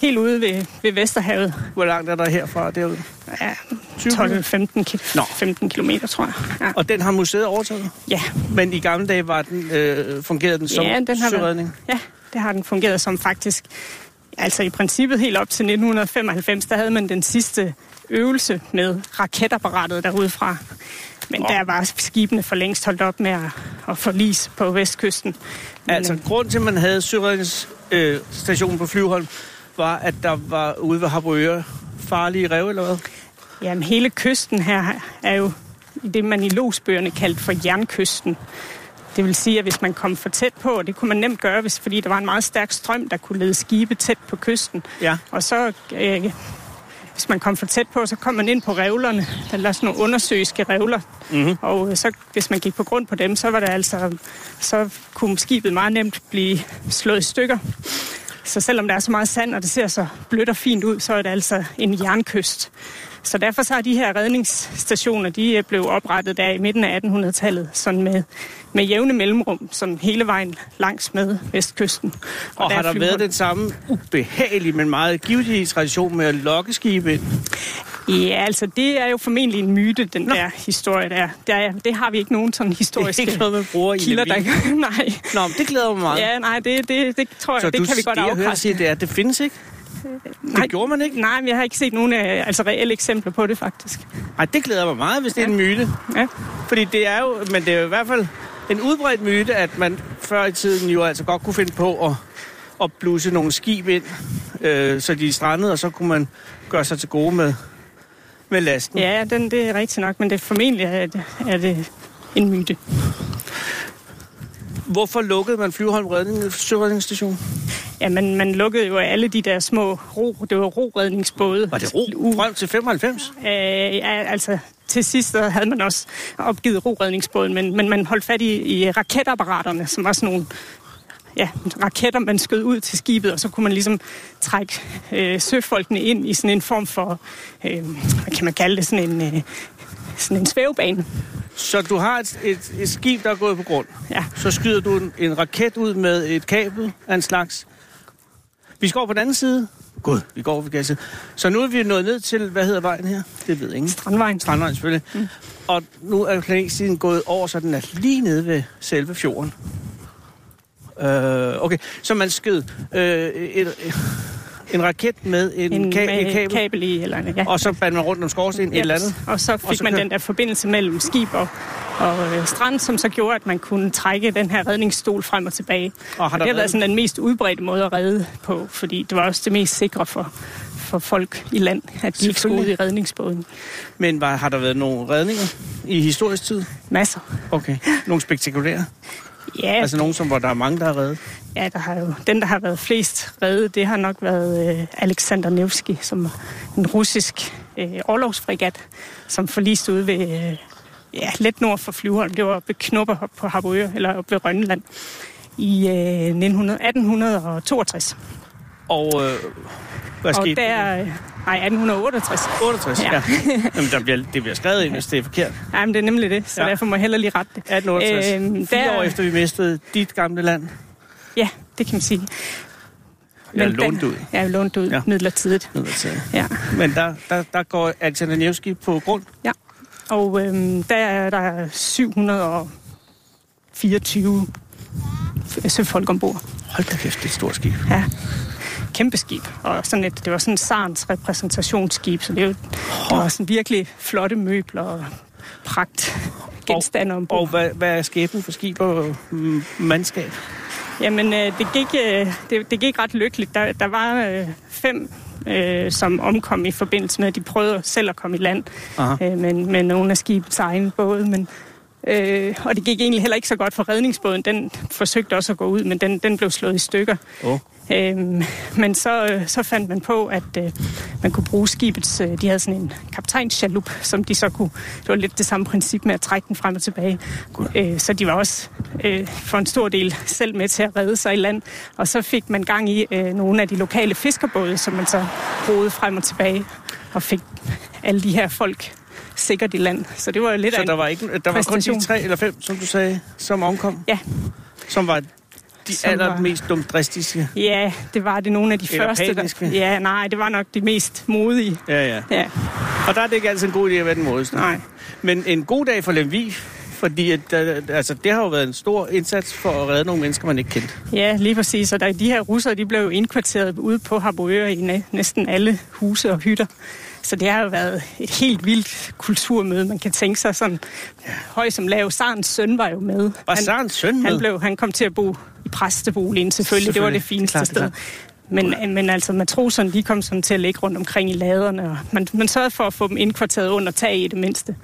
Speaker 4: helt ude ved, ved Vesterhavet.
Speaker 3: hvor langt er der herfra og derude?
Speaker 4: Ja,
Speaker 3: 20
Speaker 4: 12-15
Speaker 3: Nå.
Speaker 4: ki- 15 kilometer, tror jeg. Ja.
Speaker 3: Og den har museet overtaget.
Speaker 4: Ja.
Speaker 3: Men i gamle dage var den, øh, fungerede den som
Speaker 4: Ja, den har været-
Speaker 3: søredning.
Speaker 4: ja, det har den fungeret som faktisk. Altså i princippet helt op til 1995, der havde man den sidste øvelse med raketapparatet derude fra. Men
Speaker 3: Nå.
Speaker 4: der var skibene for længst holdt op med at, at forlise på vestkysten. Men,
Speaker 3: Altså,
Speaker 4: øh,
Speaker 3: grund til, at man havde søredningsstationen øh, stationen på Flyvholm, var, at der var ude ved Harboøre farlige rev, eller hvad?
Speaker 4: Jamen, hele kysten her er jo det, man i logsbøgerne kaldte for jernkysten. Det vil sige, at hvis man kom for tæt på, og det kunne man nemt gøre, hvis, fordi der var en meget stærk strøm, der kunne lede skibe tæt på kysten.
Speaker 3: Ja.
Speaker 4: Og så, øh, hvis man kom for tæt på, så kom man ind på revlerne. Der var sådan nogle undersøiske revler.
Speaker 3: Mhm.
Speaker 4: Og øh, så, hvis man gik på grund på dem, så var det altså, så kunne skibet meget nemt blive slået i stykker. Så selvom der er så meget sand, og det ser så blødt og fint ud, så er det altså en jernkyst. Så derfor så er de her redningsstationer, de øh, blev oprettet der i midten af 1800-tallet, sådan med, med jævne mellemrum, sådan hele vejen langs med vestkysten.
Speaker 3: Og, og
Speaker 4: er
Speaker 3: har der
Speaker 4: flyvehul-
Speaker 3: været den samme ubehagelige, men meget givetige tradition med at lokke skibe ind?
Speaker 4: Ja, altså det er jo formentlig en myte, den
Speaker 3: Nå.
Speaker 4: Nå. der historie der. der er, det har vi ikke nogen sådan
Speaker 3: Det er
Speaker 4: historiske
Speaker 3: ikke noget, man bruger i
Speaker 4: kilder, der
Speaker 3: Lemvig.
Speaker 4: gør. Nej.
Speaker 3: Nå, men det glæder mig meget.
Speaker 4: Ja, nej, det, det, det tror jeg,
Speaker 3: Så
Speaker 4: det
Speaker 3: du,
Speaker 4: kan vi godt
Speaker 3: det, jeg hører,
Speaker 4: afkræfte. Øh,
Speaker 3: siger, det er, at det findes ikke? Det
Speaker 4: Nej.
Speaker 3: gjorde man ikke?
Speaker 4: Nej, men jeg har ikke set nogen øh, altså reelle eksempler på det, faktisk.
Speaker 3: Nej, det glæder mig meget, hvis det er en myte.
Speaker 4: Ja.
Speaker 3: Fordi det er jo, men det er jo i hvert fald en udbredt myte, at man før i tiden jo altså godt kunne finde på at, at bluse nogle skib ind, øh, så de strandede, og så kunne man gøre sig til gode med, med lasten.
Speaker 4: Ja, den, det er rigtigt nok, men det er formentlig er det, er det en myte.
Speaker 3: Hvorfor lukkede man Flyvholm Redning, Søredningsstation?
Speaker 4: Ja, man, man lukkede jo alle de der små ro, det var roredningsbåde.
Speaker 3: Var det ro? Frem til 95?
Speaker 4: Øh, ja, altså, til sidst så havde man også opgivet roredningsbåden, men, men man holdt fat i, i raketapparaterne, som var sådan nogle ja, raketter, man skød ud til skibet, og så kunne man ligesom trække øh, søfolkene ind i sådan en form for, øh, hvad kan man kalde det, sådan en, øh, sådan en svævebane.
Speaker 3: Så du har et, et, et skib, der er gået på grund.
Speaker 4: Ja.
Speaker 3: Så skyder du en, en raket ud med et kabel af en slags. Vi skal over på den anden side. Gud, vi går over på den anden side. Så nu er vi nået ned til, hvad hedder vejen her? Det ved ingen.
Speaker 4: Strandvejen.
Speaker 3: Strandvejen selvfølgelig. Mm. Og nu er planetsiden gået over, så den er lige nede ved selve fjorden. Øh, okay, så man skød øh, et, en raket med en, en, ka-
Speaker 4: med
Speaker 3: et kabel,
Speaker 4: kabel i, eller ja.
Speaker 3: og så bandt man rundt om skorstenen et
Speaker 4: Ja,
Speaker 3: eller andet.
Speaker 4: Og så fik
Speaker 3: Og
Speaker 4: og
Speaker 3: så
Speaker 4: så man
Speaker 3: kør-
Speaker 4: den der forbindelse mellem skib og, og øh, strand, som så gjorde, at man kunne trække den her redningsstol frem og tilbage.
Speaker 3: Og
Speaker 4: Og
Speaker 3: har
Speaker 4: har
Speaker 3: der
Speaker 4: det
Speaker 3: været-
Speaker 4: har været sådan den mest udbredte måde at redde på, fordi det var også det mest sikre for, for folk i land, at de ikke skulle ud i
Speaker 3: Selvfølgelig.
Speaker 4: redningsbåden.
Speaker 3: Men var, har der været nogle redninger i historisk tid?
Speaker 4: Masser.
Speaker 3: Okay. Nogle spektakulære?
Speaker 4: Ja,
Speaker 3: Altså nogle, som, hvor der er mange, der er reddet?
Speaker 4: ja der har jo, den, der har været flest reddet, det har nok været øh, Alexander Nevsky, som var en russisk øh, orlogsfregat, som forliste ude ved... Øh, ja, lidt nord for Flyvholm. Det var oppe ved Knupper på Harboøre, eller oppe ved Rønneland i øh, 1900 1862.
Speaker 3: Og øh, hvad
Speaker 4: og
Speaker 3: skete der?
Speaker 4: der... øh, Nej, 1868.
Speaker 3: 68, ja. ja.
Speaker 4: Ja.
Speaker 3: Øhm, Jamen, der bliver, det bliver skrevet ind, hvis det er forkert.
Speaker 4: Nej, men det er nemlig det, så
Speaker 3: Ja.
Speaker 4: ja. derfor må jeg hellere lige rette det.
Speaker 3: 1868, øhm,
Speaker 4: Øhm,
Speaker 3: fire
Speaker 4: der-
Speaker 3: år efter vi mistede dit gamle land.
Speaker 4: Ja, det kan man sige.
Speaker 3: Jeg
Speaker 4: Men den-
Speaker 3: lånte ud.
Speaker 4: Ja, lånt ud
Speaker 3: Ja.
Speaker 4: ja. midlertidigt.
Speaker 3: midlertidigt.
Speaker 4: Ja.
Speaker 3: Men der, der, der går Alexander Nevsky på grund.
Speaker 4: Og øhm, der er der 724 f- søfolk ombord.
Speaker 3: Hold da kæft, det er et stort skib.
Speaker 4: Ja. Kæmpe skib. Og sådan et, det var sådan et sarns repræsentationsskib, så det var, der var sådan virkelig flotte møbler og pragt genstande ombord.
Speaker 3: Og hvad, hvad er skæbnen for skib og mm, mandskab?
Speaker 4: Jamen, øh, det, gik, øh, det, det gik ret lykkeligt. Der, der var øh, fem, øh, som omkom i forbindelse med, at de prøvede selv at komme i land
Speaker 3: Aha.
Speaker 4: øh, med, med nogle af skibets egne både. Men, øh, og det gik egentlig heller ikke så godt for redningsbåden. Den forsøgte også at gå ud, men den, den blev slået i stykker.
Speaker 3: Oh.
Speaker 4: Øhm, men så, øh, så fandt man på, at øh, man kunne bruge skibets... Øh, de havde sådan en kaptajnschalup, som de så kunne... Det var lidt det samme princip med at trække den frem og tilbage. Øh, så de var også øh, for en stor del selv med til at redde sig i land. Og så fik man gang i øh, nogle af de lokale fiskerbåde, som man så roede frem og tilbage og fik alle de her folk sikkert i land. Så det var jo lidt
Speaker 3: Så
Speaker 4: af
Speaker 3: der
Speaker 4: en...
Speaker 3: var, ikke, der var kun de
Speaker 4: præstation.
Speaker 3: tre eller fem, som du sagde, som omkom?
Speaker 4: Ja.
Speaker 3: Som var de
Speaker 4: Som var-
Speaker 3: allermest dumdristiske?
Speaker 4: Ja, det var det nogle af de
Speaker 3: Eller
Speaker 4: første.
Speaker 3: paniske.
Speaker 4: Ja, nej, det var nok de mest modige.
Speaker 3: Ja, ja.
Speaker 4: Ja,
Speaker 3: Og der er det ikke altid en god idé at være den modeste.
Speaker 4: nej.
Speaker 3: Men en god dag for Lemvi, fordi at, øh, altså, det har jo været en stor indsats for at redde nogle mennesker, man ikke kendte.
Speaker 4: Ja, lige præcis. Og der, de her russere, de blev jo indkvarteret ude på Harboøre i næ- næsten alle huse og hytter. Så det har jo været et helt vildt kulturmøde. Man kan tænke sig sådan høj som lav. Sarens søn var jo med.
Speaker 3: Var Sarens søn med?
Speaker 4: Han, blev, han kom til at bo i præsteboligen selvfølgelig. selvfølgelig. Det var
Speaker 3: Selvfølgelig.
Speaker 4: det fineste
Speaker 3: Det er klart, det er
Speaker 4: sted. Men, men altså matroserne, de kom sådan til at ligge rundt omkring i laderne. Og man, man sørgede for at få dem indkvarteret under tag i det mindste.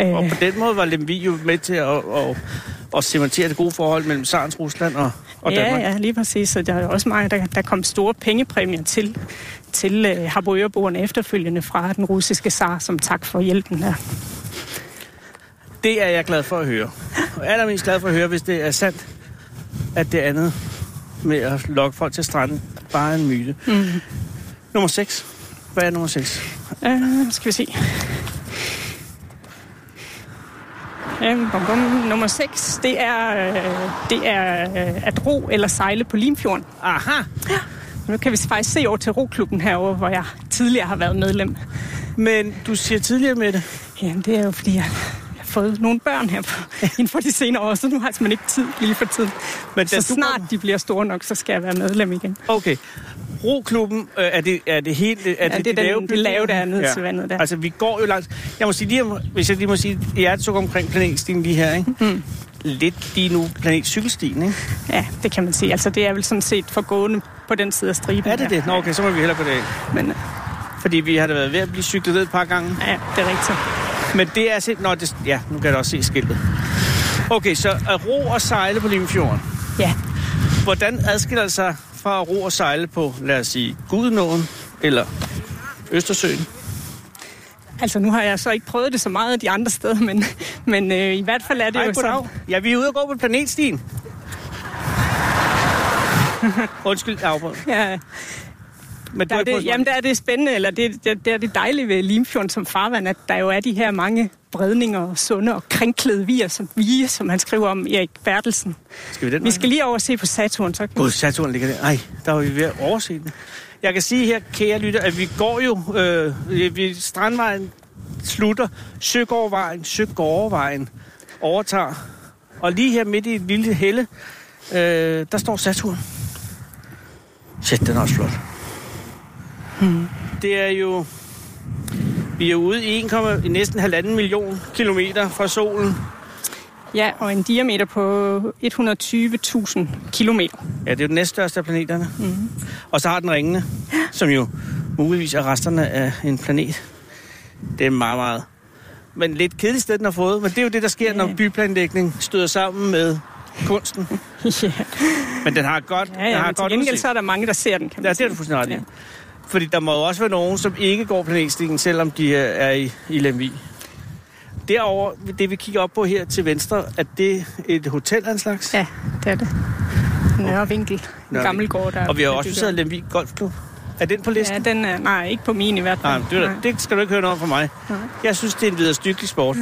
Speaker 3: Og
Speaker 4: Øh,
Speaker 3: på den måde var Lemvi jo med til at, at, at cementere det gode forhold mellem Sarens Rusland og, og
Speaker 4: ja,
Speaker 3: Danmark.
Speaker 4: ja, lige præcis. Så der er jo også mange, der, der kom store pengepræmier til, til øh, Harboørboerne efterfølgende fra den russiske zar, som tak for hjælpen der.
Speaker 3: Det er jeg glad for at høre. Og allermest glad for at høre, hvis det er sandt, at det andet med at lokke folk til stranden bare er en myte.
Speaker 4: Mhm.
Speaker 3: Mm. Nummer 6. Hvad er nummer 6?
Speaker 4: Øh, skal vi se. Øh, bum, bum. Nummer 6, det er, øh, det er øh, at ro eller sejle på Limfjorden.
Speaker 3: Aha!
Speaker 4: Nu kan vi faktisk se over til roklubben herovre, hvor jeg tidligere har været medlem.
Speaker 3: Men du siger tidligere med det.
Speaker 4: Jamen, det er jo fordi, jeg har fået nogle børn her på, inden for de senere år, så nu har jeg simpelthen ikke tid lige for tiden.
Speaker 3: Men
Speaker 4: Men
Speaker 3: da
Speaker 4: så
Speaker 3: du
Speaker 4: snart
Speaker 3: kommer-
Speaker 4: de bliver store nok, så skal jeg være medlem igen.
Speaker 3: Okay. Roklubben, øh, er det, er det helt... Er
Speaker 4: det er
Speaker 3: de
Speaker 4: den-
Speaker 3: lave
Speaker 4: det
Speaker 3: bygninger?
Speaker 4: lave, der er ned til vandet der.
Speaker 3: Altså, vi går jo langs... Jeg må sige lige, om- hvis jeg lige må sige et hjertesuk omkring planetstien lige her, ikke? Mm. Lidt lige nu planetcykelstien, ikke?
Speaker 4: Ja, det kan man sige. Altså, det er vel sådan set forgående på den side af striben.
Speaker 3: Er det
Speaker 4: der.
Speaker 3: det? Nå, okay, så må vi hellere gå derind.
Speaker 4: Men øh,
Speaker 3: Fordi vi har da været ved at blive cyklet ned et par gange.
Speaker 4: ja, det er rigtigt.
Speaker 3: Men det er simpelthen... Nå, det, ja, nu kan jeg da også se skiltet. Okay, så at ro og sejle på Limfjorden.
Speaker 4: Ja.
Speaker 3: Hvordan adskiller det sig fra at ro og sejle på, lad os sige, Gudenåen eller Østersøen?
Speaker 4: Altså, nu har jeg så ikke prøvet det så meget de andre steder, men, men øh, i hvert fald er det
Speaker 3: Hej,
Speaker 4: jo
Speaker 3: goddag.
Speaker 4: sådan.
Speaker 3: Ja, vi er ude og gå på planetstien. Undskyld, jeg afbrød.
Speaker 4: Ja,
Speaker 3: Men du
Speaker 4: der
Speaker 3: har
Speaker 4: er
Speaker 3: ikke prøvet
Speaker 4: det, jamen, der er det spændende, eller det, det, det er det dejlige ved Limfjorden som farvand, at der jo er de her mange bredninger og sunde og krænklede vier, som, vige, som han skriver om Erik Bertelsen.
Speaker 3: Skal vi den
Speaker 4: Vi
Speaker 3: vej?
Speaker 4: skal lige over og se på Saturn, så kan
Speaker 3: Gud, Saturn ligger der. Nej, der var vi ved at overse den. Jeg kan sige her, kære lytter, at vi går jo... Øh, vi, Strandvejen slutter. Søgårdvejen, Søgårdvejen overtager. Og lige her midt i et lille helle, øh, der står Saturn. Shit, den er også flot. Det er jo... Vi er ude i 1, næsten halvanden million kilometer fra solen.
Speaker 4: Ja, og en diameter på 120.000 kilometer.
Speaker 3: Ja, det er jo den næststørste af planeterne. Mm-hmm.
Speaker 4: Mhm.
Speaker 3: Og så har den ringene, som jo muligvis er resterne af en planet. Det er meget, meget... Men lidt kedeligt sted, den har fået. Men det er jo det, der sker, yeah. når byplanlægning støder sammen med kunsten.
Speaker 4: ja,
Speaker 3: Men den har godt
Speaker 4: ja,
Speaker 3: den
Speaker 4: ja
Speaker 3: har
Speaker 4: men til
Speaker 3: godt
Speaker 4: gengæld
Speaker 3: udsigt.
Speaker 4: så er der mange, der ser den, kan man
Speaker 3: Ja, det er
Speaker 4: sige.
Speaker 3: du fuldstændig ret i.
Speaker 4: Ja.
Speaker 3: Fordi der må jo også være nogen, som ikke går planetstien, selvom de øh, er i, i Lemvi. derover, det vi kigger op på her til venstre, er det et hotel af en slags?
Speaker 4: Ja, det er det. Nørrevinkel. En
Speaker 3: Nørrevinkel.
Speaker 4: gammel gård, der
Speaker 3: Og vi har
Speaker 4: der
Speaker 3: også
Speaker 4: dykker.
Speaker 3: besøgt Lemvig Golfklub. Er den på listen?
Speaker 4: Ja, den er, nej, ikke på min i hvert
Speaker 3: Nej,
Speaker 4: fald.
Speaker 3: men det, er- det skal du ikke høre noget om fra mig.
Speaker 4: Nej.
Speaker 3: Jeg synes, det er en vederstykkelig sport.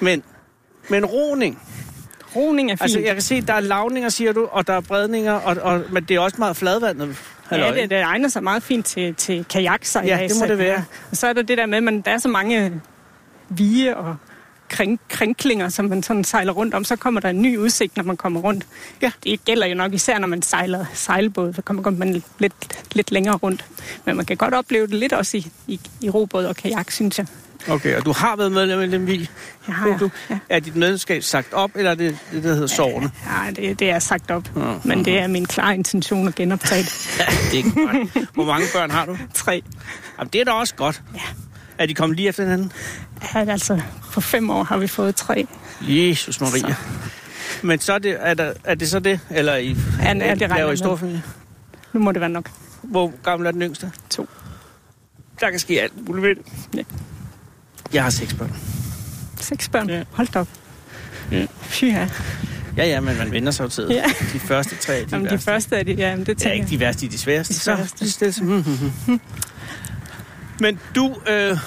Speaker 3: men, men roning.
Speaker 4: Roning er fint.
Speaker 3: Altså, jeg kan se, der er lavninger, siger du, og der er bredninger, og, og, men det er også meget fladvandet. halløj,
Speaker 4: Ja, det, det egner sig meget fint til, til kajaksejlads.
Speaker 3: Ja, det må det være.
Speaker 4: Og så er der det der med, at man, der er så mange vige og kring, kringklinger, som man sådan sejler rundt om. Så kommer der en ny udsigt, når man kommer rundt.
Speaker 3: Ja.
Speaker 4: Det gælder jo nok især, når man sejler sejlbåd. Så kommer kommer man lidt, lidt længere rundt. Men man kan godt opleve det lidt også i, i, i robåd og kajak, synes jeg.
Speaker 3: ikke? Okay, og du har været medlem af Lemvig.
Speaker 4: Jeg har,
Speaker 3: Du,
Speaker 4: ja.
Speaker 3: Er dit medlemskab sagt op, eller er det det, der hedder sovende?
Speaker 4: Nej, det, det er sagt op. Men det er min klare intention at genoptage det.
Speaker 3: Ja, det er ikke godt. Hvor mange børn har du?
Speaker 4: Tre.
Speaker 3: Jamen, det er da også godt.
Speaker 4: Ja.
Speaker 3: Er de kommet lige efter hinanden?
Speaker 4: Ja, altså, på fem år har vi fået tre.
Speaker 3: Jesus Maria. Men så er det, er, der, er det så det? Eller I,
Speaker 4: Ja, det regner
Speaker 3: laver I
Speaker 4: jeg med.
Speaker 3: storfamilie?
Speaker 4: Nu må det være nok.
Speaker 3: Hvor gammel er den yngste?
Speaker 4: To.
Speaker 3: Der kan ske alt muligt ved det.
Speaker 4: Ja.
Speaker 3: Jeg har seks børn.
Speaker 4: Seks børn?
Speaker 3: Ja.
Speaker 4: Ja. Hold da op.
Speaker 3: Ja.
Speaker 4: Fy ja.
Speaker 3: Ja, ja, men man vender sig jo til.
Speaker 4: Ja.
Speaker 3: De første tre er de
Speaker 4: Jamen, de
Speaker 3: værste.
Speaker 4: første er de, ja, men det
Speaker 3: Ja,
Speaker 4: tænker
Speaker 3: ikke
Speaker 4: jeg.
Speaker 3: de værste, de er de sværeste.
Speaker 4: De
Speaker 3: Så,
Speaker 4: sværeste.
Speaker 3: lige stille. som- Mm, mm, mm. Men du... Øh,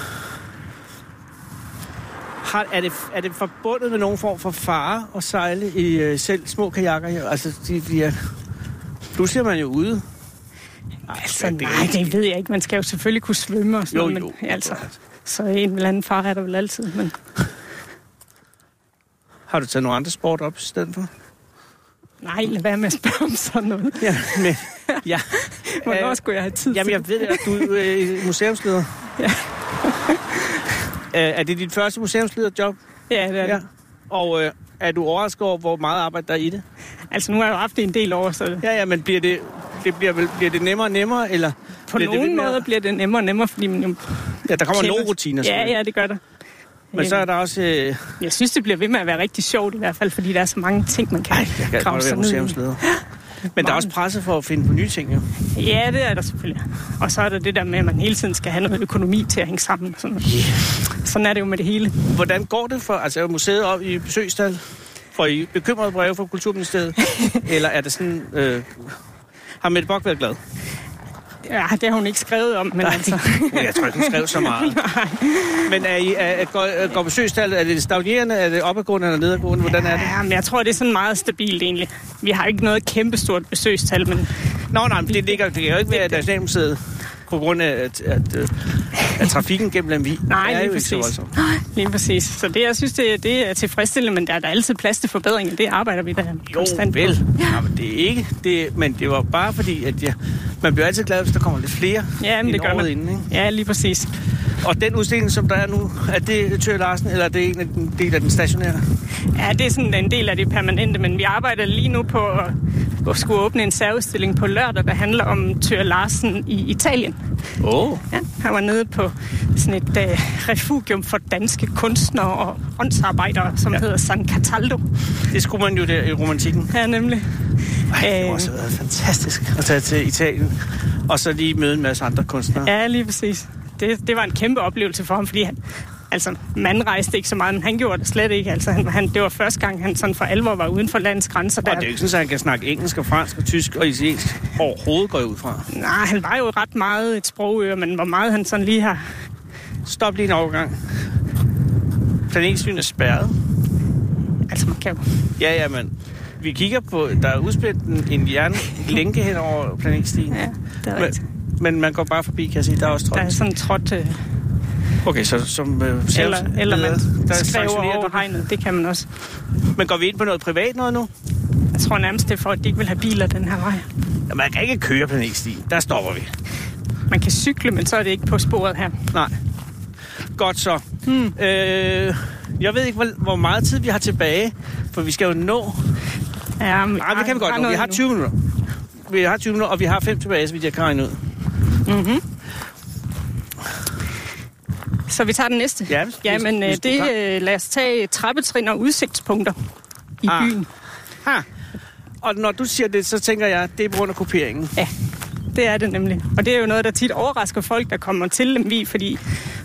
Speaker 3: har, er, det, er det forbundet med nogen form for fare at sejle i øh, selv små kajakker her? Altså, de bliver... Pludselig er man jo ude. Ej,
Speaker 4: Altså, nej, det ved jeg ikke. Man skal jo selvfølgelig kunne svømme og sådan
Speaker 3: Jo,
Speaker 4: noget,
Speaker 3: jo.
Speaker 4: men altså, så en eller anden far er der vel altid. Men
Speaker 3: Har du taget nogle andre sport op i stedet for?
Speaker 4: nej, lad være med at spørge om sådan noget.
Speaker 3: Ja, men... Ja.
Speaker 4: Hvornår
Speaker 3: Øh,
Speaker 4: skulle jeg have tid
Speaker 3: Jamen,
Speaker 4: til
Speaker 3: jeg ved, at du øh, er museumsleder. Ja. er det dit første museumslederjob?
Speaker 4: det? Ja, det er det.
Speaker 3: Og øh, er du overrasket over, hvor meget arbejde der er i det?
Speaker 4: Altså, nu har jeg jo haft det en del år, så
Speaker 3: Ja, ja, men bliver det, det, bliver, vel, bliver det nemmere og nemmere? Eller
Speaker 4: på
Speaker 3: bliver det
Speaker 4: nogen
Speaker 3: lidt mere-
Speaker 4: måder bliver det nemmere og nemmere, fordi man jo
Speaker 3: Ja, der kommer
Speaker 4: kender-
Speaker 3: nogle rutiner.
Speaker 4: Ja,
Speaker 3: selvfølgelig.
Speaker 4: ja, det gør der. Øhm,
Speaker 3: Men så er der også... Øh, jeg
Speaker 4: Jeg synes, det bliver ved med at være rigtig sjovt i hvert fald, fordi der er så mange ting, man kan
Speaker 3: kan
Speaker 4: grave
Speaker 3: godt være
Speaker 4: sig ned i.
Speaker 3: museumsleder. Men der er også presse for at finde på nye ting, jo.
Speaker 4: Ja, det er der selvfølgelig. Og så er der det der med, at man hele tiden skal have noget økonomi til at hænge sammen. og Sådan, yeah. sådan er det jo med det hele.
Speaker 3: Hvordan går det for... Altså, er museet op i besøgstal? Får I bekymrede breve fra Kulturministeriet? eller er det sådan... Øh, har Mette Bock været glad?
Speaker 4: Ja, det har hun ikke skrevet om, men altså...
Speaker 3: Men jeg tror ikke, hun skrev så meget. Men er I, er, er, går, er- går besøgstallet, er det stagnerende, er det opadgående eller nedadgående? Hvordan er det?
Speaker 4: Ja, men jeg tror, det er sådan meget stabilt egentlig. Vi har ikke noget kæmpestort besøgstal, men
Speaker 3: Nå, nej, men det, ligger, det kan jo ikke være Nationalmuseet på grund af, at, at, øh, at trafikken gennem Lemvig
Speaker 4: Nej,
Speaker 3: er
Speaker 4: lige
Speaker 3: jo ikke så
Speaker 4: præcis.
Speaker 3: voldsom.
Speaker 4: lige præcis. Så det, jeg synes, det, det er tilfredsstillende, men der er der altid plads til forbedringer. Det arbejder vi da
Speaker 3: Jo,
Speaker 4: konstant
Speaker 3: vel.
Speaker 4: på.
Speaker 3: Ja. men det er ikke det, men det var bare fordi, at jeg, man bliver altid glad, hvis der kommer lidt flere
Speaker 4: Ja, men
Speaker 3: end
Speaker 4: det gør
Speaker 3: året
Speaker 4: man.
Speaker 3: inden. Ikke?
Speaker 4: Ja, lige præcis.
Speaker 3: Og den udstilling, som der er nu, er det Tør Larsen, eller er det en af den del af den stationære?
Speaker 4: Ja, det er sådan en del af det permanente, men vi arbejder lige nu på at at skulle åbne en særudstilling på lørdag, der handler om Tyr Larsen i Italien.
Speaker 3: Åh. Oh.
Speaker 4: Ja, han var nede på sådan et øh, refugium for danske kunstnere og åndsarbejdere, som ja. hedder San Cataldo.
Speaker 3: Det skulle man jo der i romantikken.
Speaker 4: Ja, nemlig.
Speaker 3: Ej, det må
Speaker 4: Øh.
Speaker 3: også have været fantastisk at tage til Italien, og så lige møde en masse andre kunstnere.
Speaker 4: Ja, lige præcis. Det, det var en kæmpe oplevelse for ham, fordi han, altså, man rejste ikke så meget, men han gjorde det slet ikke. Altså, han, han, det var første gang, han sådan for alvor var uden for landets grænser.
Speaker 3: Og det er jo ikke sådan, at han kan snakke engelsk og fransk og tysk og italiensk overhovedet går jeg ud fra.
Speaker 4: Nej, han var jo ret meget et sprogøre, men hvor meget han sådan lige har...
Speaker 3: Stop lige en overgang. Planetsyn er spærret.
Speaker 4: Altså, man kan jo...
Speaker 3: Ja, ja, men vi kigger på, der er udspændt en, en jernlænke hen over planetstien.
Speaker 4: Ja, det er
Speaker 3: men,
Speaker 4: rigtigt.
Speaker 3: men, man går bare forbi, kan jeg sige, der er også
Speaker 4: Der er
Speaker 3: trådt.
Speaker 4: sådan trådt... Øh,
Speaker 3: Okay, så som øh,
Speaker 4: eller, eller man
Speaker 3: der
Speaker 4: skriver
Speaker 3: sanktionerer
Speaker 4: over
Speaker 3: du.
Speaker 4: hegnet, det kan man også.
Speaker 3: Men går vi ind på noget privat noget nu?
Speaker 4: Jeg tror nærmest, det er for, at de ikke vil have biler den her vej.
Speaker 3: Ja, Man kan ikke køre planetstien. Der stopper vi.
Speaker 4: Man kan cykle, men så er det ikke på sporet her.
Speaker 3: Nej. Godt så. Hmm. Øh, jeg ved ikke, hvor, hvor meget tid vi har tilbage, for vi skal jo nå
Speaker 4: Ja, men
Speaker 3: Nej, det kan vi godt nå. Vi har 20 minutter. Vi har 20 minutter, og vi har 5 tilbage, så vidt jeg kan regne ud.
Speaker 4: Så vi tager den næste.
Speaker 3: Ja, hvis-
Speaker 4: Jamen,
Speaker 3: hvis-
Speaker 4: øh,
Speaker 3: hvis du
Speaker 4: det,
Speaker 3: tager-
Speaker 4: øh, lad os tage trappetrin og udsigtspunkter i
Speaker 3: Ah.
Speaker 4: byen.
Speaker 3: Ha. Og når du siger det, så tænker jeg, det er på grund af kopieringen.
Speaker 4: Ja, det er det nemlig. Og det er jo noget, der tit overrasker folk, der kommer til Lemvi, fordi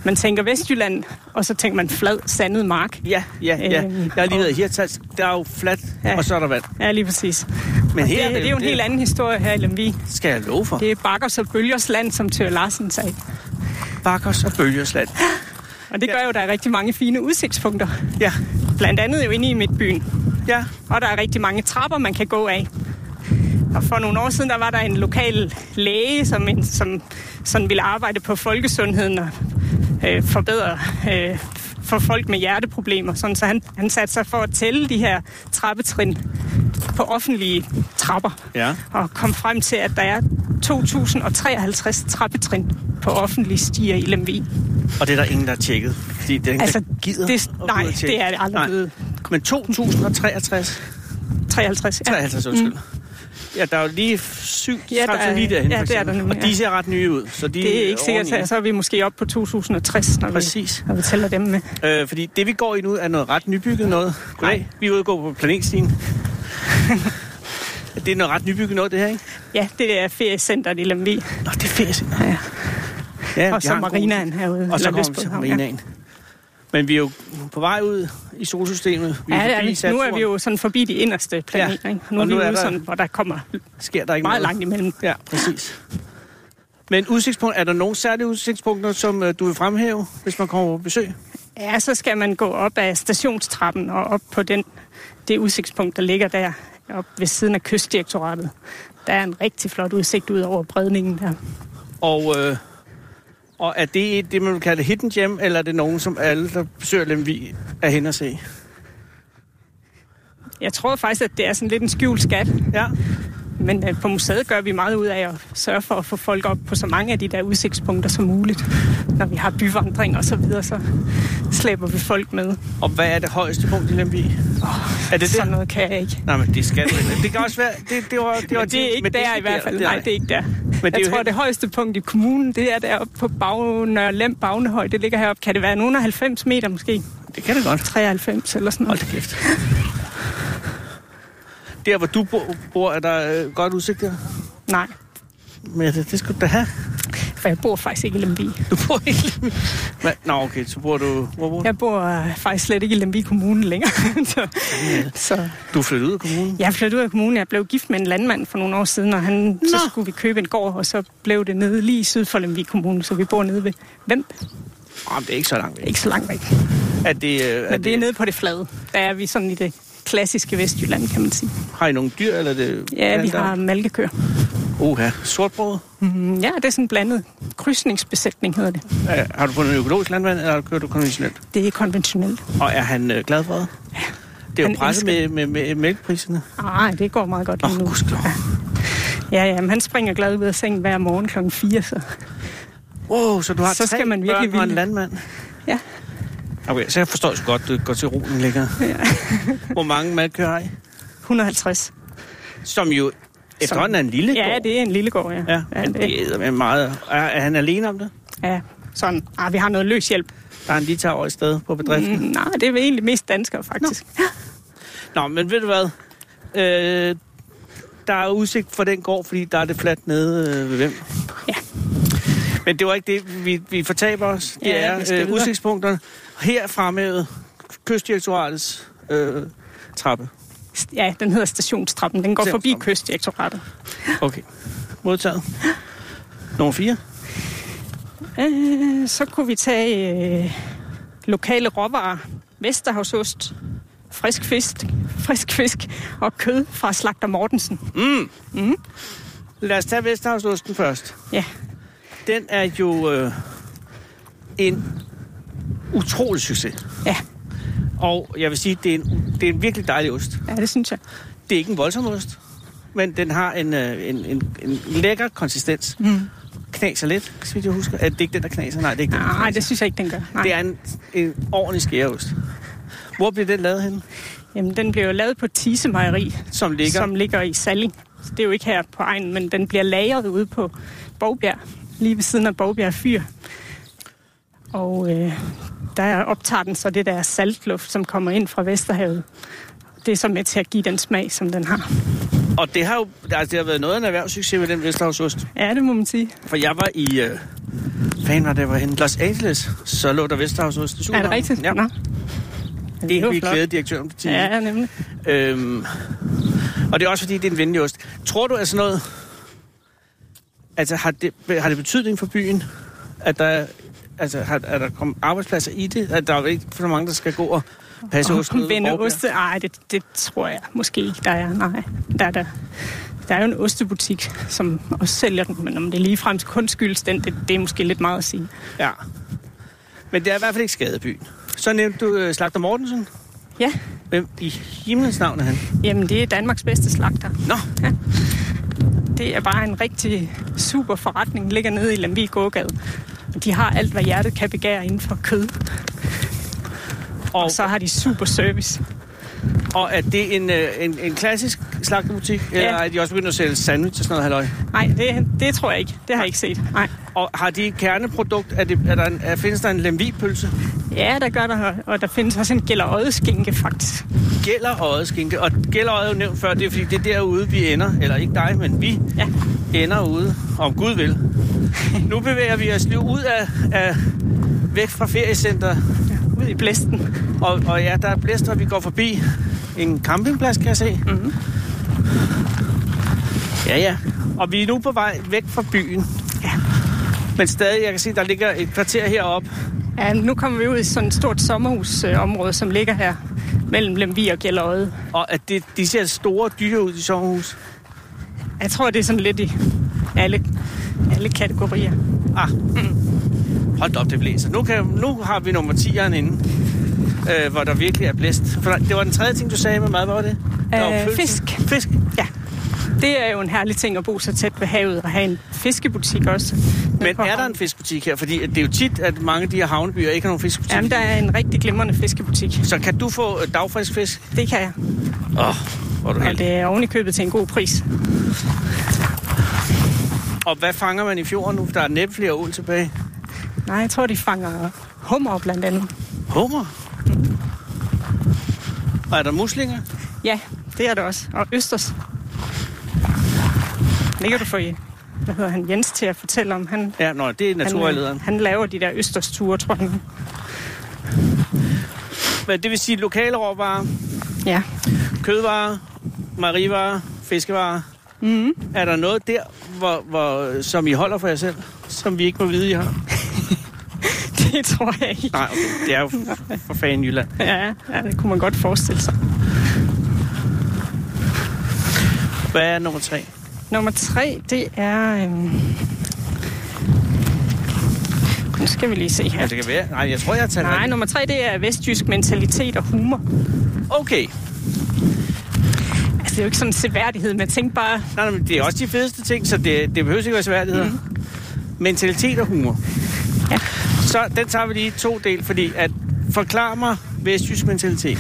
Speaker 4: man tænker Vestjylland, og så tænker man flad, sandet mark.
Speaker 3: Ja, ja, ja.
Speaker 4: Øhm,
Speaker 3: Jeg har lige
Speaker 4: og-
Speaker 3: været i Hirtals. Der er jo fladt,
Speaker 4: Ja.
Speaker 3: og så er der vand.
Speaker 4: Ja, lige præcis.
Speaker 3: Men
Speaker 4: Og
Speaker 3: her
Speaker 4: det,
Speaker 3: er
Speaker 4: det, er jo en helt anden historie her i Lemvig.
Speaker 3: Skal jeg love for?
Speaker 4: Det er bakkers og bølgers land, som Theo Larsen sagde.
Speaker 3: Bakkers og bølgesland.
Speaker 4: Og det gør jo, at der er rigtig mange fine udsigtspunkter.
Speaker 3: Ja,
Speaker 4: Blandt andet jo inde i midtbyen.
Speaker 3: ja.
Speaker 4: Og der er rigtig mange trapper, man kan gå af. Og for nogle år siden, der var der en lokal læge, som, en, som sådan ville arbejde på folkesundheden og øh, forbedre øh, for folk med hjerteproblemer. Sådan, så han, han satte sig for at tælle de her trappetrin på offentlige trapper.
Speaker 3: Ja.
Speaker 4: Og kom frem til, at der er 2053 trappetrin på offentlige stier i Lemvig.
Speaker 3: Og det er der ingen, der har tjekket. Fordi det er ingen, altså, der gider
Speaker 4: det,
Speaker 3: at gå ud
Speaker 4: nej,
Speaker 3: og tjekke.
Speaker 4: det er det aldrig
Speaker 3: Nej.
Speaker 4: blevet.
Speaker 3: Men 2063,
Speaker 4: 53. Ja.
Speaker 3: 53, undskyld. Mm. Ja, der er jo lige f- syv
Speaker 4: Ja, der
Speaker 3: ja,
Speaker 4: er-
Speaker 3: lige derhen,
Speaker 4: ja,
Speaker 3: for
Speaker 4: det er der
Speaker 3: eksempel.
Speaker 4: nemlig,
Speaker 3: Og de
Speaker 4: ja.
Speaker 3: ser ret nye ud, så de
Speaker 4: Det er ikke sikkert,
Speaker 3: oveni.
Speaker 4: så- så er vi måske oppe på 2060, når vi,
Speaker 3: Præcis.
Speaker 4: når vi tæller dem med.
Speaker 3: Øh, fordi det, vi går i nu, er noget ret nybygget noget. Goddag, vi er ude og gå på planetstien. det er noget ret nybygget noget, det her, ikke?
Speaker 4: Ja, det er feriecenteret i Lemvig,
Speaker 3: Nå, det er fedt.
Speaker 4: Ja.
Speaker 3: ja
Speaker 4: og
Speaker 3: de
Speaker 4: så
Speaker 3: har en god-
Speaker 4: marinaen herude.
Speaker 3: Og så
Speaker 4: eller
Speaker 3: kommer vi til
Speaker 4: Lystbådehavn,
Speaker 3: marinaen. Men vi er jo på vej ud i solsystemet. Vi
Speaker 4: Ja, ja det er
Speaker 3: forbi
Speaker 4: vi. nu
Speaker 3: Saturn.
Speaker 4: er vi jo sådan forbi de inderste planeter.
Speaker 3: Ja.
Speaker 4: Ja. Ikke? Nu
Speaker 3: Og
Speaker 4: er vi
Speaker 3: nu er
Speaker 4: ude
Speaker 3: der-
Speaker 4: sådan, hvor der kommer
Speaker 3: Sker der ikke noget?
Speaker 4: meget langt imellem.
Speaker 3: Ja, præcis. Men udsigtspunkt, er der nogle særlige udsigtspunkter, som øh, du vil fremhæve, hvis man kommer på besøg?
Speaker 4: Ja, så skal man gå op ad stationstrappen og op på den, det udsigtspunkt, der ligger der op ved siden af kystdirektoratet. Der er en rigtig flot udsigt ud over bredningen der.
Speaker 3: Og, øh, og er det et- det, man vil kalde hidden gem, eller er det nogen, som alle, der besøger Lemvi, er hen og se?
Speaker 4: Jeg tror faktisk, at det er sådan lidt en skjult skat,
Speaker 3: Ja,
Speaker 4: Men øh, på museet gør vi meget ud af at sørge for at få folk op på så mange af de der udsigtspunkter som muligt. Når vi har byvandring og så videre, så slæber vi folk med.
Speaker 3: og hvad er det højeste punkt i Lemvi? Oh, er det
Speaker 4: Sådan
Speaker 3: det?
Speaker 4: noget kan jeg ikke.
Speaker 3: Nej, men det skal du ikke. Det kan også være... Det, det var, det, var
Speaker 4: Men det er ikke
Speaker 3: men
Speaker 4: der i hvert fald. Nej, det er ikke der.
Speaker 3: Men det er
Speaker 4: jeg
Speaker 3: jo
Speaker 4: tror,
Speaker 3: hen-
Speaker 4: det højeste punkt i kommunen, det er deroppe på bag, Nørre Lem Bagnehøj. Det ligger heroppe. Kan det være nogen af 90 meter måske?
Speaker 3: Det kan det godt.
Speaker 4: 93 eller sådan
Speaker 3: Hold
Speaker 4: noget.
Speaker 3: da kæft. Der, hvor du bo- bor, er der øh, godt udsigt der?
Speaker 4: Nej,
Speaker 3: Men det, det skulle du da have.
Speaker 4: for jeg bor faktisk ikke i Lemby.
Speaker 3: Du bor ikke i Lemvig. Hvad? Nå, okay, så bor du... Hvor bor du?
Speaker 4: Jeg bor øh, faktisk slet ikke i Lemby Kommune længere. så, så
Speaker 3: Du er flyttet ud af kommunen.
Speaker 4: Jeg flyttede ud af kommunen. Jeg blev gift med en landmand for nogle år siden, og han, så
Speaker 3: Nå.
Speaker 4: skulle vi købe en gård, og så blev det nede lige syd for Lemvig Kommune, så vi bor nede ved Vemb.
Speaker 3: Jamen, det er ikke så langt væk.
Speaker 4: Ikke så langt væk.
Speaker 3: Er det, øh, er
Speaker 4: Men det er nede på det flade. Der er vi sådan i det klassiske Vestjylland, kan man sige.
Speaker 3: Har I nogle dyr, eller er det...
Speaker 4: Ja, vi
Speaker 3: planter?
Speaker 4: har malkekøer.
Speaker 3: Uha, sortbrød.
Speaker 4: Mm, ja, det er sådan en blandet. Krydsningsbesætning hedder det.
Speaker 3: Øh, Har du fundet en økologisk landmand, eller kører du konventionelt?
Speaker 4: Det er konventionelt.
Speaker 3: Og er han øh, glad for det? Det er jo
Speaker 4: Han
Speaker 3: presset
Speaker 4: elsker
Speaker 3: med, med, med mælkepriserne.
Speaker 4: Nej, Ah, det går meget godt
Speaker 3: Åh,
Speaker 4: lige nu.
Speaker 3: oh, gudskelov.
Speaker 4: Ja, ja, men han springer glad ud af sengen hver morgen klokken 4, så
Speaker 3: Wow, så du har
Speaker 4: Så
Speaker 3: tre
Speaker 4: skal man virkelig
Speaker 3: børn og en
Speaker 4: ville.
Speaker 3: landmand?
Speaker 4: Ja.
Speaker 3: Okay, så jeg forstår så godt, det går til roen ligger. Ja. Hvor mange malkøer har I?
Speaker 4: 150.
Speaker 3: Som jo efterhånden er en lille
Speaker 4: Ja,
Speaker 3: gård.
Speaker 4: det er en lille gård, ja.
Speaker 3: Ja,
Speaker 4: ja,
Speaker 3: men det er med meget. Er, er han alene om det?
Speaker 4: ja. Sådan, ah, vi har noget løshjælp.
Speaker 3: Der er en litauer i stedet på bedriften. Mm.
Speaker 4: Mm, nej, det er vel egentlig mest danskere, faktisk.
Speaker 3: Nå, men ved du hvad? Øh, der er udsigt for den gård, fordi der er det fladt nede øh, ved hvem.
Speaker 4: Ja.
Speaker 3: Men det var ikke det, vi, vi fortaber os. Det
Speaker 4: Ja,
Speaker 3: ja,
Speaker 4: vi skal
Speaker 3: er øh,
Speaker 4: videre.
Speaker 3: udsigtspunkterne. Her fremhævet kystdirektoratets øh, trappe.
Speaker 4: Ja, den hedder stationstrappen. Den går forbi
Speaker 3: Stationstrappen.
Speaker 4: kystdirektoratet.
Speaker 3: Okay. Modtaget. Nummer 4.
Speaker 4: Øh, så kunne vi tage øh, lokale råvarer. Vesterhavsost, frisk fisk, frisk fisk og kød fra Slagter Mortensen.
Speaker 3: Lad os tage Vesterhavsosten først.
Speaker 4: Ja,
Speaker 3: Den er jo øh, en utrolig succes.
Speaker 4: ja,
Speaker 3: Og jeg vil sige, det er en, det er en virkelig dejlig ost.
Speaker 4: ja det synes jeg.
Speaker 3: Det er ikke en voldsom ost, men den har en, øh, en, en, en lækker konsistens. Mm. Knaser lidt, så vidt jeg husker. Er det ikke den, der knaser? Nej, det er ikke den, der
Speaker 4: Nej,
Speaker 3: knaser.
Speaker 4: det synes jeg ikke, den gør. Nej.
Speaker 3: Det er en, en ordentlig skæreost. Hvor bliver den lavet henne?
Speaker 4: Jamen, den bliver jo lavet på Tise Mejeri,
Speaker 3: Som ligger...
Speaker 4: som ligger i Salling. Så det er jo ikke her på egen, men den bliver lagret ude på Bogbjerg, lige ved siden af Bogbjerg Fyr. Og øh, der optager den så det der saltluft, som kommer ind fra Vesterhavet. Det er så med til at give den smag, som den har.
Speaker 3: Og det har jo altså, det har været noget af en erhvervssucces med den Vesterhavsost.
Speaker 4: Ja, det må man sige.
Speaker 3: For jeg var i øh, fanden var det, var henne? Los Angeles. Så lå der Vesterhavs ude i
Speaker 4: Er det rigtigt?
Speaker 3: Ja,
Speaker 4: Nå.
Speaker 3: det er
Speaker 4: jo
Speaker 3: vi
Speaker 4: flot.
Speaker 3: klæde direktøren til.
Speaker 4: Ja, nemlig.
Speaker 3: Øhm, og det er også fordi, det er en venlig ost. Tror du, at sådan noget... Altså, har det, har det betydning for byen, at der, altså, har, er der kommet arbejdspladser i det? At der er jo ikke så mange, der skal gå og passe
Speaker 4: Og
Speaker 3: osten? ude
Speaker 4: vende
Speaker 3: og råbe?
Speaker 4: oste. Ej, det, det tror jeg måske ikke, der er. Nej, der er der. Der er jo en ostebutik, som også sælger den, men om det ligefrem kun skyldes den, det, det er måske lidt meget at sige.
Speaker 3: Ja. Men det er i hvert fald ikke skadet byen. Så nævnte du øh, Slagter Mortensen.
Speaker 4: Ja,
Speaker 3: Hvem i himlens navn er han?
Speaker 4: jamen det er Danmarks bedste slagter.
Speaker 3: Nå,
Speaker 4: Det er bare en rigtig super forretning, ligger nede i Lemvig Gågade. Og De har alt, hvad hjertet kan begære inden for kød,
Speaker 3: og,
Speaker 4: og så har de super service.
Speaker 3: og er det en, øh, en, en klassisk slagterbutik? Ja. Eller er de også begyndt at sælge sandwich og sådan noget halløj?
Speaker 4: Nej, det, det tror jeg ikke. Det har jeg ikke set. Nej.
Speaker 3: Og har de et kerneprodukt? Er det, er der en, er, findes der en lemvigpølse?
Speaker 4: Ja, der gør der, og der findes også en gælderødeskinke faktisk.
Speaker 3: Gælder øjet skinke. Og gælder øjet er jo nævnt før, det er fordi, det er derude, vi ender. Eller ikke dig, men vi
Speaker 4: Ja.
Speaker 3: ender ude, om Gud vil. Nu bevæger vi os lige ud af, af væk fra feriecenter.
Speaker 4: Ude i blæsten.
Speaker 3: Og, og ja, der er blæst, og vi går forbi en campingplads, kan jeg se.
Speaker 4: Mhm.
Speaker 3: Mm-hmm. Ja, ja. Og vi er nu på vej væk fra byen.
Speaker 4: Ja.
Speaker 3: Men stadig, jeg kan se, der ligger et kvarter heroppe.
Speaker 4: Ja, nu kommer vi ud i sådan et stort sommerhusområde, som ligger her mellem Lemvi og Gjellerøde.
Speaker 3: Og at det, de ser store dyr ud i sommerhus.
Speaker 4: Jeg tror, det er sådan lidt i alle, alle kategorier.
Speaker 3: Ah. Hold da op, det blæser. Nu, kan, nu har vi nummer 10'eren inde, øh, hvor der virkelig er blæst. For der, det var den tredje ting, du sagde med mad, hvad var det? Der var
Speaker 4: Øh,
Speaker 3: pølse.
Speaker 4: fisk.
Speaker 3: Fisk.
Speaker 4: Ja, det er jo en herlig ting at bo så tæt ved havet og have en fiskebutik også.
Speaker 3: Men er der en fiskbutik her? Fordi at det er jo tit, at mange af de her havnebyer ikke har nogen fiskbutik.
Speaker 4: Jamen, der er en rigtig glimrende fiskebutik.
Speaker 3: Så kan du få øh, dagfrisk fisk?
Speaker 4: Det kan jeg.
Speaker 3: Åh, oh, hvor er du
Speaker 4: Og
Speaker 3: heldig.
Speaker 4: det er ovenikøbet til en god pris.
Speaker 3: Og hvad fanger man i fjorden nu? Der er næppe flere ål tilbage.
Speaker 4: Nej, jeg tror, de fanger hummer blandt andet.
Speaker 3: Hummer?
Speaker 4: Mhm.
Speaker 3: Og er der muslinger?
Speaker 4: Ja, det er det også. Og Østers. Det kan du få, hvad hedder han, Jens til at fortælle om. Han,
Speaker 3: Ja, nå, det er naturvejlederen.
Speaker 4: Han, han laver de der østersture, tror jeg.
Speaker 3: Men det vil sige lokale råvarer,
Speaker 4: Ja.
Speaker 3: kødvarer, marivarer, fiskevarer.
Speaker 4: Mhm.
Speaker 3: Mm. Er der noget der, hvor, hvor, som I holder for jer selv, som vi ikke må vide, I har?
Speaker 4: Det tror jeg ikke.
Speaker 3: Nej, okay. det er jo for, for fanden Jylland.
Speaker 4: Ja, ja, det kunne man godt forestille sig.
Speaker 3: Hvad er nummer tre?
Speaker 4: Nummer tre, det er... Øhm... Nu skal vi lige se
Speaker 3: Ja,
Speaker 4: her.
Speaker 3: det kan være. Nej, jeg tror, jeg har talt
Speaker 4: Nej,
Speaker 3: rigtigt.
Speaker 4: nummer tre, det er vestjysk mentalitet og humor.
Speaker 3: Okay.
Speaker 4: Altså, det er jo ikke sådan en seværdighed, men tænk bare...
Speaker 3: Nej, nej, men det er også de fedeste ting, så det, det behøver ikke være sværdigheder. Mm. Mentalitet og humor.
Speaker 4: Mhm. Ja.
Speaker 3: Så den tager vi lige i to del, fordi at forklar mig vestjysk mentalitet.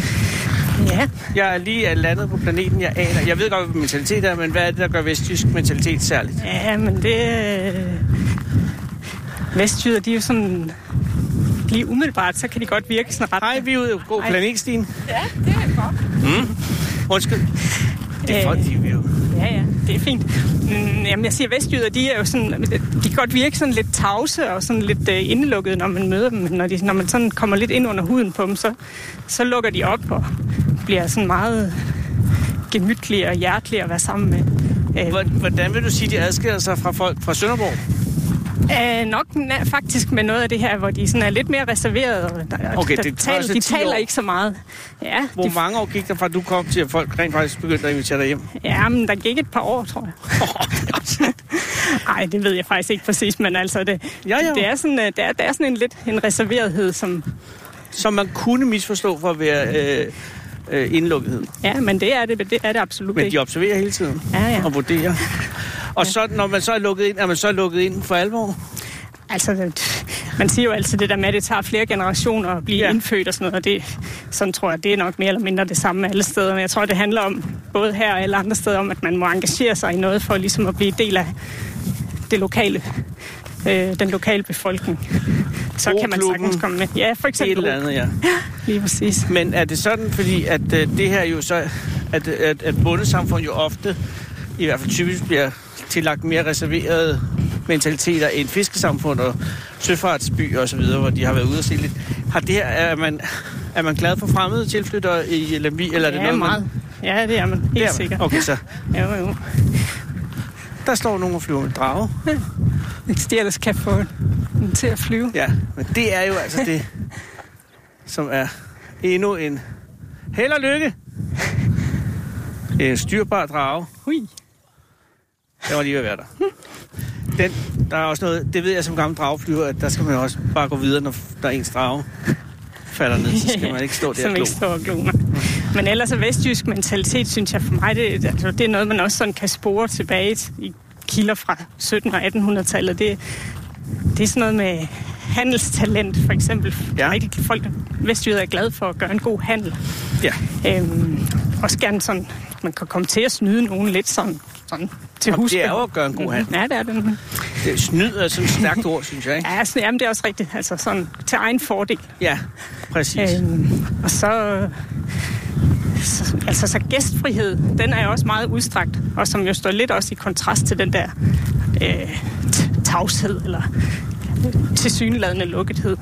Speaker 4: Ja,
Speaker 3: Jeg er lige landet på planeten, jeg aner. Jeg ved godt, hvad mentalitet er, men hvad er det, der gør vestjysk mentalitet særligt?
Speaker 4: Ja, men det... øh, Vestjyder, de er jo sådan... Lige umiddelbart, så kan de godt virke sådan ret...
Speaker 3: Hej, vi er ude på
Speaker 4: Hej.
Speaker 3: planetstien.
Speaker 4: Ja, det er godt.
Speaker 3: Mm. Undskyld. Det er
Speaker 4: Øh.
Speaker 3: folk, de er jo.
Speaker 4: Ja, ja, det er fint. Mm, jamen, jeg siger, vestjyder, de er jo sådan... De kan godt virke sådan lidt tavse og sådan lidt øh, indelukkede, når man møder dem. Men Når, de, når man sådan kommer lidt ind under huden på dem, så, så lukker de op og bliver sådan meget gemytlige og hjertelige at være sammen med. Øh,
Speaker 3: Hvor- Hvordan vil du sige, de adskiller sig fra folk fra Sønderborg?
Speaker 4: Æh, øh, nok na- faktisk med noget af det her, hvor de sådan er lidt mere reserverede. Og der,
Speaker 3: Okay,
Speaker 4: der,
Speaker 3: det tager
Speaker 4: taler,
Speaker 3: altså
Speaker 4: de
Speaker 3: 10
Speaker 4: taler
Speaker 3: år.
Speaker 4: ikke så meget. Ja,
Speaker 3: Hvor
Speaker 4: de,
Speaker 3: mange år gik der fra, at du kom til, at folk rent faktisk begyndte at invitere dig hjem?
Speaker 4: ja, men der gik et par år, tror jeg. Nej, det ved jeg faktisk ikke præcis, men altså det,
Speaker 3: Ja, ja.
Speaker 4: det er sådan, øh, der, er- der er sådan en lidt en reserverethed, som...
Speaker 3: Som man kunne misforstå for at være øh, øh, indlukkethed.
Speaker 4: Ja, men det er det, det er det absolut
Speaker 3: Men de
Speaker 4: ikke.
Speaker 3: observerer hele tiden
Speaker 4: Ja, ja.
Speaker 3: og vurderer. Og så, når man så er lukket ind, er man så lukket ind for alvor?
Speaker 4: Altså, det- man siger jo altid det der med, at det tager flere generationer at blive
Speaker 3: Ja.
Speaker 4: ja. indfødt og sådan noget, og det, sådan tror jeg, det er nok mere eller mindre det samme alle steder. Men jeg tror, det handler om, både her og alle andre steder, om at man må engagere sig i noget for ligesom at blive del af det lokale, øh, den lokale befolkning. Så kan man
Speaker 3: Roklubben.
Speaker 4: sagtens komme med. Ja, for
Speaker 3: Et
Speaker 4: eksempel.
Speaker 3: eller andet, ja.
Speaker 4: Lige præcis.
Speaker 3: Men er det sådan, fordi at øh, det her jo så, at, at, at bondesamfund jo ofte, i hvert fald typisk, bliver tillagt mere reserverede mentaliteter end fiskesamfund og søfartsby og så videre, hvor de har været ude og se lidt. Har det her, er man, er man glad for fremmede tilflyttere i Lemvi, eller er det
Speaker 4: ja,
Speaker 3: noget, man...
Speaker 4: meget. Ja, det er man. Helt
Speaker 3: Det er man.
Speaker 4: sikkert.
Speaker 3: Okay, så
Speaker 4: Jo, jo.
Speaker 3: der står nogen og flyver med drage.
Speaker 4: Hvis de ellers kan få den til at flyve.
Speaker 3: Ja, men det er jo altså det, som er endnu en held og lykke. Det er en styrbar drage.
Speaker 4: Hui.
Speaker 3: Jeg var lige ved at være der. Den, der er også noget, det ved jeg som gammel drageflyver, at der skal man jo også bare gå videre, når der er ens drage falder ned. Så skal man ikke stå der
Speaker 4: Som
Speaker 3: og
Speaker 4: ikke
Speaker 3: glo.
Speaker 4: står og gloner. Men ellers er vestjysk mentalitet, synes jeg for mig, det, altså, det er noget, man også sådan kan spore tilbage t- i kilder fra 1700- og 1800-tallet. Det, det er sådan noget med handelstalent, for eksempel.
Speaker 3: Ja.
Speaker 4: Ja. Rigtig folk, vestjyder er glade for at gøre en god handel.
Speaker 3: Ja,
Speaker 4: Øhm, også gerne sådan, man kan komme til at snyde nogen lidt sådan, sådan til
Speaker 3: og
Speaker 4: husbehov.
Speaker 3: det er jo at gøre en god handel.
Speaker 4: Ja, det er det.
Speaker 3: Det snyd er sådan et stærkt ord, synes jeg. Ikke?
Speaker 4: Ja, sådan, jamen, det er også rigtigt. Altså sådan til egen fordel.
Speaker 3: Ja, præcis.
Speaker 4: Øhm, og så, så, altså så gæstfrihed, den er jo også meget udstrakt, og som jo står lidt også i kontrast til den der øh, t- tavshed, eller øh, tilsyneladende lukkethed.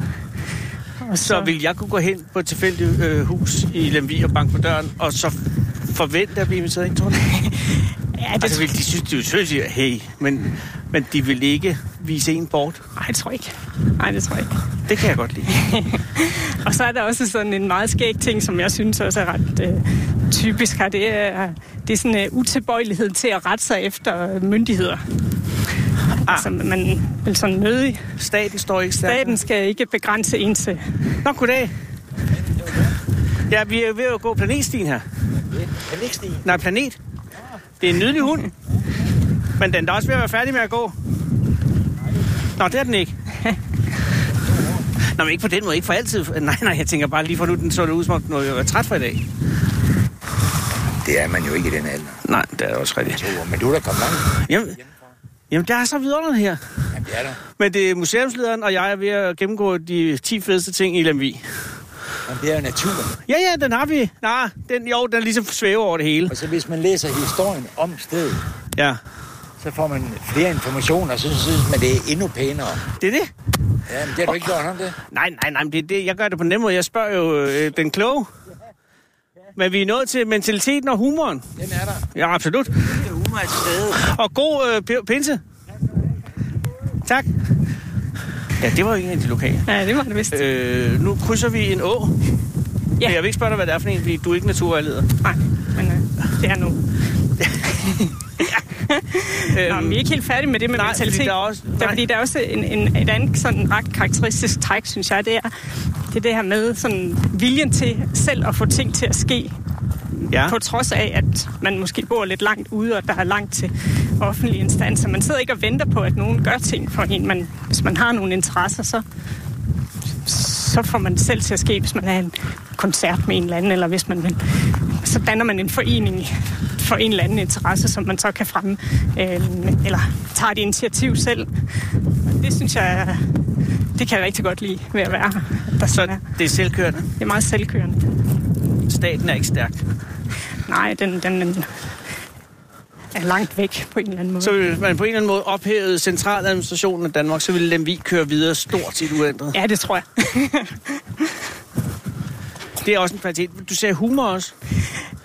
Speaker 4: Og
Speaker 3: Så vil jeg kunne gå hen på et tilfældigt øh, hus i Lemvi og banke på døren, og så forvente at blive inviteret ind, tror du?
Speaker 4: ja, det,
Speaker 3: Altså,
Speaker 4: altså,
Speaker 3: vil de synes, det er sødt, siger, hey, men, men de vil ikke vise en bort.
Speaker 4: Nej, det tror jeg ikke. Nej, det tror jeg ikke.
Speaker 3: Det kan jeg godt lide.
Speaker 4: Og så er der også sådan en meget skæg ting, som jeg synes også er ret øh, typisk her. Det er, det er sådan en øh, utilbøjelighed til at rette sig efter myndigheder. Ah. Altså, man vil sådan nødig.
Speaker 3: Staten står ikke stærkt.
Speaker 4: Staten skal ikke begrænse ens... øh,
Speaker 3: Nå, goddag. Ja, vi er ved at gå planetstien her. Planetstien? Nej, planet. Det er en nydelig hund. Men den er da også ved at være færdig med at gå. Nå, det er den ikke. Nå, men ikke på den måde. Ikke for altid. Nej, nej, jeg tænker bare lige for nu, den så det ud, som om den var træt for i dag.
Speaker 5: Det er man jo ikke i den alder.
Speaker 3: Nej, det er også rigtigt.
Speaker 5: Jo, men du er da kommet langt.
Speaker 3: Jamen, jamen der er så vidunderligt her.
Speaker 5: Jamen, det er der.
Speaker 3: Men det er museumslederen, og jeg er ved at gennemgå de 10 fedeste ting i Lemvi.
Speaker 5: Jamen, det er jo naturen.
Speaker 3: Ja, ja, den har vi. Nej, den, jo, den ligesom svæver over det hele.
Speaker 5: Og så hvis man læser historien om stedet,
Speaker 3: Ja,
Speaker 5: så får man flere informationer, og så synes man, det er endnu pænere.
Speaker 3: det er det.
Speaker 5: Ja, men det har du ikke gjort, har du det?
Speaker 3: Nej, nej, nej, men det, er det, jeg gør det på den nemme måde. Jeg spørger jo øh, den kloge. Men vi er nået til mentaliteten og humoren.
Speaker 5: Den er der.
Speaker 3: Ja, absolut.
Speaker 5: Det er humor et sted.
Speaker 3: Og god øh, p- pinse. Tak. Ja, det var jo en af de lokale.
Speaker 4: Ja, det var det vist.
Speaker 3: Øh, nu krydser vi en å. Ja.
Speaker 4: Ja.
Speaker 3: Men jeg vil ikke spørge dig, hvad det er for en, fordi du er ikke naturvejleder.
Speaker 4: Nej, men øh, det er nu. Nå,
Speaker 3: Øhm,
Speaker 4: men vi er ikke helt færdige med det med
Speaker 3: nej,
Speaker 4: mentalitet.
Speaker 3: fordi der er også-
Speaker 4: Der,
Speaker 3: nej.
Speaker 4: er fordi der er også en, en, et andet sådan ret karakteristisk træk, synes jeg, det er det, er det her med sådan viljen til selv at få ting til at ske,
Speaker 3: ja.
Speaker 4: på trods af, at man måske bor lidt langt ude, og der er langt til offentlige instanser. Man sidder ikke og venter på, at nogen gør ting for en. Man, hvis man har nogle interesser, så, så får man det selv til at ske, hvis man er en koncert med en eller anden, eller hvis man vil. Så danner man en forening for en eller anden interesse, som man så kan fremme, øh, eller tager et initiativ selv. Og Det synes jeg, det kan jeg rigtig godt lide ved at være her. Der sådan er.
Speaker 3: Så det er selvkørende.
Speaker 4: Det er meget selvkørende.
Speaker 3: Staten er ikke stærk.
Speaker 4: Nej, den, den, den er langt væk på en eller anden måde.
Speaker 3: Så hvis man på en eller anden måde ophævede centraladministrationen af Danmark, så ville Lemvig køre videre stort set uændret.
Speaker 4: Ja, det tror jeg.
Speaker 3: Det er også en kvalitet. Du sagde humor også.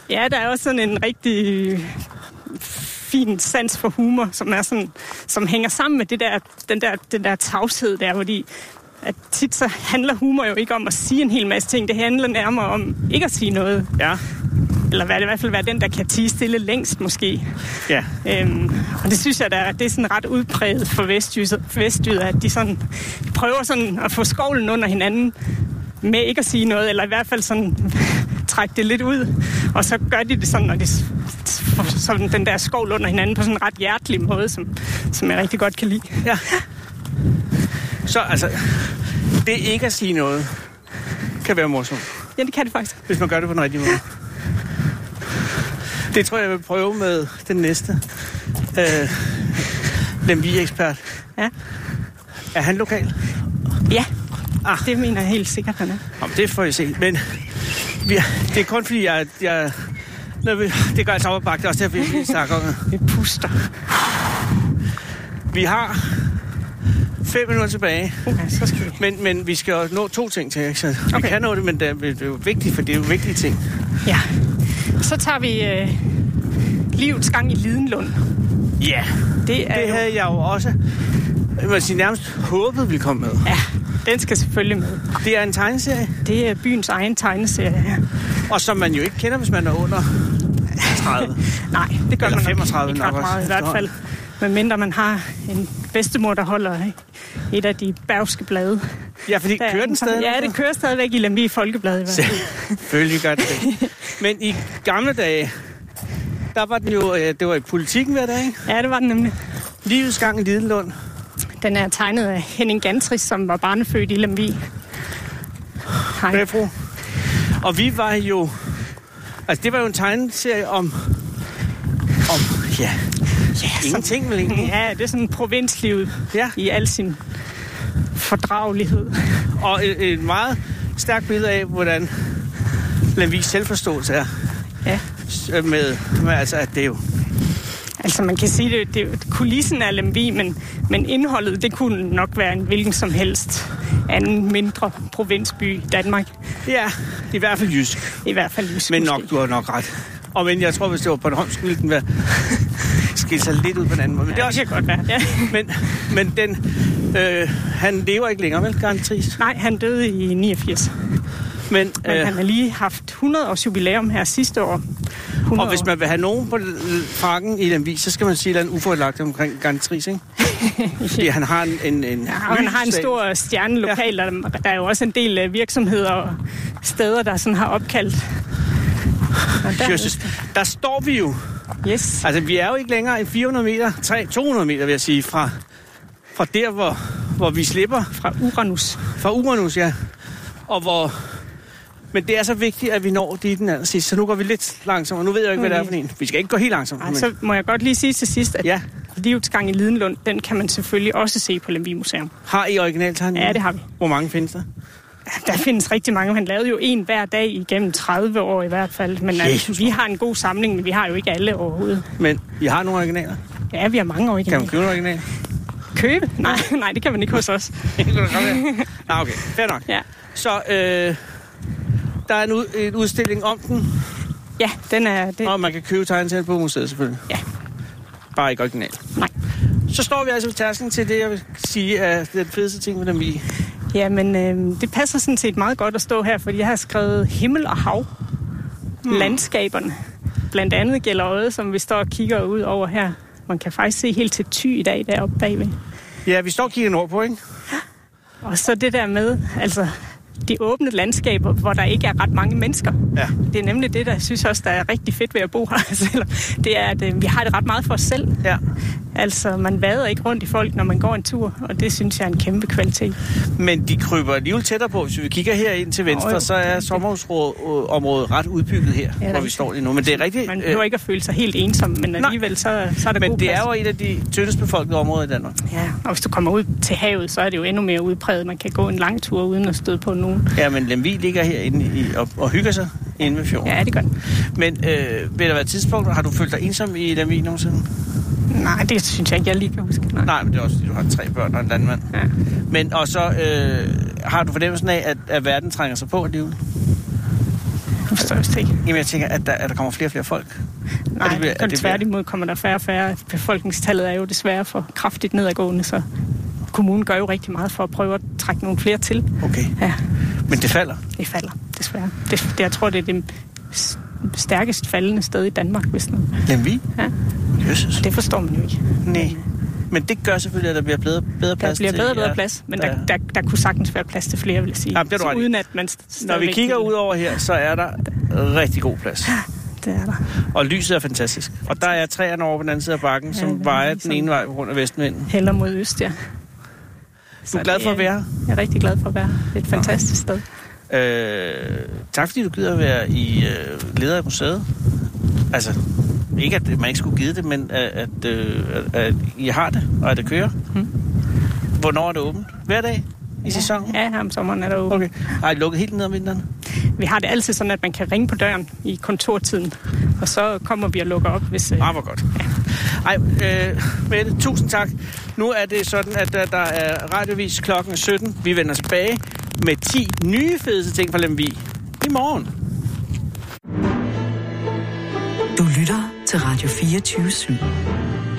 Speaker 4: Ja, der er også sådan en rigtig fin sans for humor, som, er sådan, som hænger sammen med det der, den, der, den der tavshed der, fordi at tit så handler humor jo ikke om at sige en hel masse ting. Det handler nærmere om ikke at sige noget.
Speaker 3: Ja.
Speaker 4: Eller hvad, i hvert fald være den, der kan tige stille længst måske.
Speaker 3: Ja.
Speaker 4: Øhm, og det synes jeg, der, er- det er sådan ret udpræget for vestjyder, vestjyder at de sådan prøver sådan at få skovlen under hinanden med ikke at sige noget, eller i hvert fald sådan trække det lidt ud. Og så gør de det sådan, når de s- s- får sådan den der skovl under hinanden på sådan en ret hjertelig måde, som, som jeg rigtig godt kan lide.
Speaker 3: ja. Så altså, det ikke at sige noget kan være morsomt,
Speaker 4: Ja, det kan det faktisk.
Speaker 3: hvis man gør det på den rigtige måde. Det tror jeg, jeg vil prøve med den næste. Øh, Lemvig-ekspert.
Speaker 4: Ja,
Speaker 3: Er han lokal?
Speaker 4: ja.
Speaker 3: Ah.
Speaker 4: det mener jeg helt sikkert, han er.
Speaker 3: Om det får jeg se. Men vi, det er kun fordi, jeg... jeg når vi, det gør altså op ad bakke. Det er også derfor, vi snakker om.
Speaker 4: Vi puster.
Speaker 3: Vi har Fem minutter tilbage.
Speaker 4: Ja, så skal vi.
Speaker 3: Men, men vi skal jo nå to ting til, ikke? Så vi
Speaker 4: Okay.
Speaker 3: kan nå det, men det er, det er jo vigtigt, for det er jo vigtige ting.
Speaker 4: Ja. Så tager vi øh, livets gang i Lidenlund.
Speaker 3: Ja, yeah.
Speaker 4: Det er
Speaker 3: det
Speaker 4: jo,
Speaker 3: havde jeg jo også jeg vil sige, nærmest håbet ville komme med.
Speaker 4: den skal selvfølgelig med.
Speaker 3: Det er en tegneserie,
Speaker 4: Det er byens egen tegneserie her.
Speaker 3: og som man jo ikke kender, hvis man er under 30.
Speaker 4: Nej, det gør
Speaker 3: Eller
Speaker 4: man
Speaker 3: 35
Speaker 4: nok, ikke
Speaker 3: nok
Speaker 4: ret
Speaker 3: også
Speaker 4: meget i hvert fald. Men mindre man har en bedstemor, der holder et af de bergske blade.
Speaker 3: Ja, fordi
Speaker 4: Der er
Speaker 3: kører
Speaker 4: en-
Speaker 3: den stadig?
Speaker 4: Ja, det kører stadigvæk i Lemby Folkeblad. I hvert fald.
Speaker 3: Selvfølgelig gør det det. Men i gamle dage, der var den jo, øh, det var i politikken hver dag, ikke?
Speaker 4: Ja, det var den nemlig.
Speaker 3: Livets gang i Lidenlund.
Speaker 4: Den er tegnet af Henning Gantris, som var barnefødt i Lemby. Hej.
Speaker 3: Hvad, fru? Og vi var jo... Altså, det var jo en tegneserie om... Om, ja... ja ingenting, vel egentlig?
Speaker 4: Ja, det er sådan provinslivet
Speaker 3: Ja,
Speaker 4: i al sin fordragelighed.
Speaker 3: og et, et meget stærkt billede af, hvordan Lavis selvforståelse er.
Speaker 4: Ja.
Speaker 3: S- øh, Med, med, altså, at det er jo...
Speaker 4: Altså man kan sige, det, det kulissen er Lemby, men, men indholdet, det kunne nok være en hvilken som helst anden mindre provinsby i Danmark.
Speaker 3: Ja, i hvert fald jysk.
Speaker 4: I hvert fald jysk,
Speaker 3: Men
Speaker 4: måske.
Speaker 3: nok, du har nok ret. Og men jeg tror, hvis det var Bornholm, skulle den være skille sig lidt ud på en anden måde. Men, det er
Speaker 4: Ja, det
Speaker 3: også,
Speaker 4: kan godt være. Ja.
Speaker 3: men, men den, øh, han lever ikke længere, vel? Garantis.
Speaker 4: Nej, han døde i 89.
Speaker 3: Men,
Speaker 4: Men
Speaker 3: øh,
Speaker 4: han har lige haft 100 års jubilæum her sidste år. 100
Speaker 3: og hvis
Speaker 4: år.
Speaker 3: man vil have nogen på l- frakken i den vis, så skal man sige, at han er uforlagt omkring Garantis, ikke? Fordi han har en... en, en
Speaker 4: Ja, og han har en
Speaker 3: stat.
Speaker 4: stor stjerne lokal, ja. og der er jo også en del øh, virksomheder og steder, der sådan har opkaldt. Og
Speaker 3: Jesus. Der står vi jo.
Speaker 4: yes.
Speaker 3: Altså, vi er jo ikke længere end 400 meter, 300, 200 meter, vil jeg sige, fra, fra der, hvor, hvor vi slipper
Speaker 4: Fra Uranus.
Speaker 3: Fra Uranus, ja. Og hvor... Men det er så vigtigt, at vi når det i den anden sidste. Så nu går vi lidt langsommere. Nu ved jeg ikke, hvad det er for en. Vi skal ikke gå helt langsomt.
Speaker 4: Ej,
Speaker 3: men-
Speaker 4: så må jeg godt lige sige til sidst, at
Speaker 3: Ja.
Speaker 4: Livets gang i Lidenlund, den kan man selvfølgelig også se på Lemvig Museum.
Speaker 3: Har I originaltegninger?
Speaker 4: Ja, det har vi.
Speaker 3: Hvor mange findes der?
Speaker 4: Der findes rigtig mange. Han lavede jo en hver dag igennem 30 år i hvert fald. Men altså,
Speaker 3: Jesus.
Speaker 4: vi har en god samling, men vi har jo ikke alle overhovedet.
Speaker 3: Men I har nogle originaler?
Speaker 4: Ja, vi har mange år igen.
Speaker 3: Kan man købe en original?
Speaker 4: købe? Nej, nej, det kan man ikke hos os.
Speaker 3: Nej, okay. Fair nok.
Speaker 4: Ja.
Speaker 3: Så øh, der er en, ud, en udstilling om den,
Speaker 4: Ja, den er... Det,
Speaker 3: og man kan købe tegneserien på museet selvfølgelig.
Speaker 4: Ja.
Speaker 3: Bare ikke original.
Speaker 4: nej.
Speaker 3: Så står vi altså ved tasken til det, jeg vil sige er den fedeste ting ved dem i.
Speaker 4: Ja, men øh, det passer sådan set meget godt at stå her, fordi jeg har skrevet himmel og hav. Mm. Landskaberne. Blandt andet Gellerøde, som vi står og kigger ud over her. Man kan faktisk se helt til ty i dag deroppe bagved.
Speaker 3: Ja, vi står og kigger nordpå, ikke?
Speaker 4: Og så det der med, altså de åbne landskaber, hvor der ikke er ret mange mennesker.
Speaker 3: Ja.
Speaker 4: Det er nemlig det, der jeg synes også, der er rigtig fedt ved at bo her. selvom det er, at øh, vi har det ret meget for os selv.
Speaker 3: Ja.
Speaker 4: Altså, man vader ikke rundt i folk, når man går en tur, og det synes jeg er en kæmpe kvalitet.
Speaker 3: Men de kryber alligevel tættere på. Hvis vi kigger her ind til venstre, oh,
Speaker 4: Nå, jo.
Speaker 3: så er sommerhusområdet ret udbygget her, ja, hvor
Speaker 4: er
Speaker 3: vi
Speaker 4: rigtigt.
Speaker 3: står lige nu. Men det er rigtigt.
Speaker 4: Man
Speaker 3: øh,
Speaker 4: behøver ikke at føle sig helt ensom, men alligevel så, så er der god
Speaker 3: men det
Speaker 4: plads.
Speaker 3: er jo et af de tyndest befolkede områder i Danmark.
Speaker 4: Ja, og hvis du kommer ud til havet, så er det jo endnu mere udpræget. Man kan gå en lang tur uden at støde på nogen.
Speaker 3: Ja, men Lemvi ligger herinde i, og, og hygger sig inde ved fjorden. Ja.
Speaker 4: Ja, det gør den.
Speaker 3: Men øh, vil der være tidspunkter, har du følt dig ensom i Lemvi nogensinde?
Speaker 4: Nej, det synes jeg ikke, jeg lige kan huske. Nej.
Speaker 3: Nej, men det er også, fordi du har tre børn og en landmand.
Speaker 4: Ja.
Speaker 3: Men og så øh, har du fornemmelsen af, at, at verden trænger sig på alligevel?
Speaker 4: Det forstår jeg vist ikke.
Speaker 3: Jamen, jeg tænker, at der, at der kommer flere og flere folk.
Speaker 4: Nej,
Speaker 3: bliver-
Speaker 4: det,
Speaker 3: er
Speaker 4: kun
Speaker 3: det-
Speaker 4: tværtimod kommer der færre og færre. Befolkningstallet er jo desværre for kraftigt nedadgående, så kommunen gør jo rigtig meget for at prøve at trække nogle flere til.
Speaker 3: Okay.
Speaker 4: Ja,
Speaker 3: Men det falder.
Speaker 4: det falder desværre. Det, det, jeg tror, det er det s- stærkest faldende sted i Danmark, hvis noget.
Speaker 3: Lemvi?
Speaker 4: Ja.
Speaker 3: Jesus.
Speaker 4: Det forstår man jo ikke.
Speaker 3: Nej. Men det gør selvfølgelig, at der bliver bedre, bedre
Speaker 4: Der
Speaker 3: plads
Speaker 4: bliver bedre og
Speaker 3: til,
Speaker 4: bedre
Speaker 3: jer,
Speaker 4: plads, men
Speaker 3: er-
Speaker 4: der, der, der kunne sagtens være plads til flere, vil jeg sige.
Speaker 3: Jamen, det er du
Speaker 4: Så
Speaker 3: ret i.
Speaker 4: Uden at man st-
Speaker 3: Når vi
Speaker 4: stadigvæk
Speaker 3: kigger
Speaker 4: vil-
Speaker 3: ud over her, så er der rigtig god plads.
Speaker 4: Det er der.
Speaker 3: Og lyset er fantastisk. Og der er træerne over på den anden side af bakken,
Speaker 4: Ja,
Speaker 3: som
Speaker 4: det er
Speaker 3: vejer den
Speaker 4: ligesom-
Speaker 3: ene vej rundt af vestvinden.
Speaker 4: Heller mod øst, ja.
Speaker 3: Du er glad
Speaker 4: det
Speaker 3: for at være her?
Speaker 4: Jeg er rigtig glad for at være her. Det er et fantastisk sted.
Speaker 3: Øh, tak fordi du gider at være i øh, leder af museet. Altså, ikke at man ikke skulle give det, men at, at, øh, at, at I har det, og at det kører. Hmm. Hvornår er det åbent? Hver dag? I sæsonen?
Speaker 4: Ja, her om sommeren er der åbent.
Speaker 3: Okay. Har I lukket helt ned om vinteren?
Speaker 4: Vi har det altid sådan, at man kan ringe på døren i kontortiden, og så kommer vi og lukker op, hvis... øh,
Speaker 3: Ah, hvor godt. Ej, øh, Mette, tusind tak. Nu er det sådan, at øh, der er radiovis klokken 17. Vi vender tilbage med 10 nye fedeste ting fra Lemvi i morgen.
Speaker 1: Du lytter til Radio 24 /7.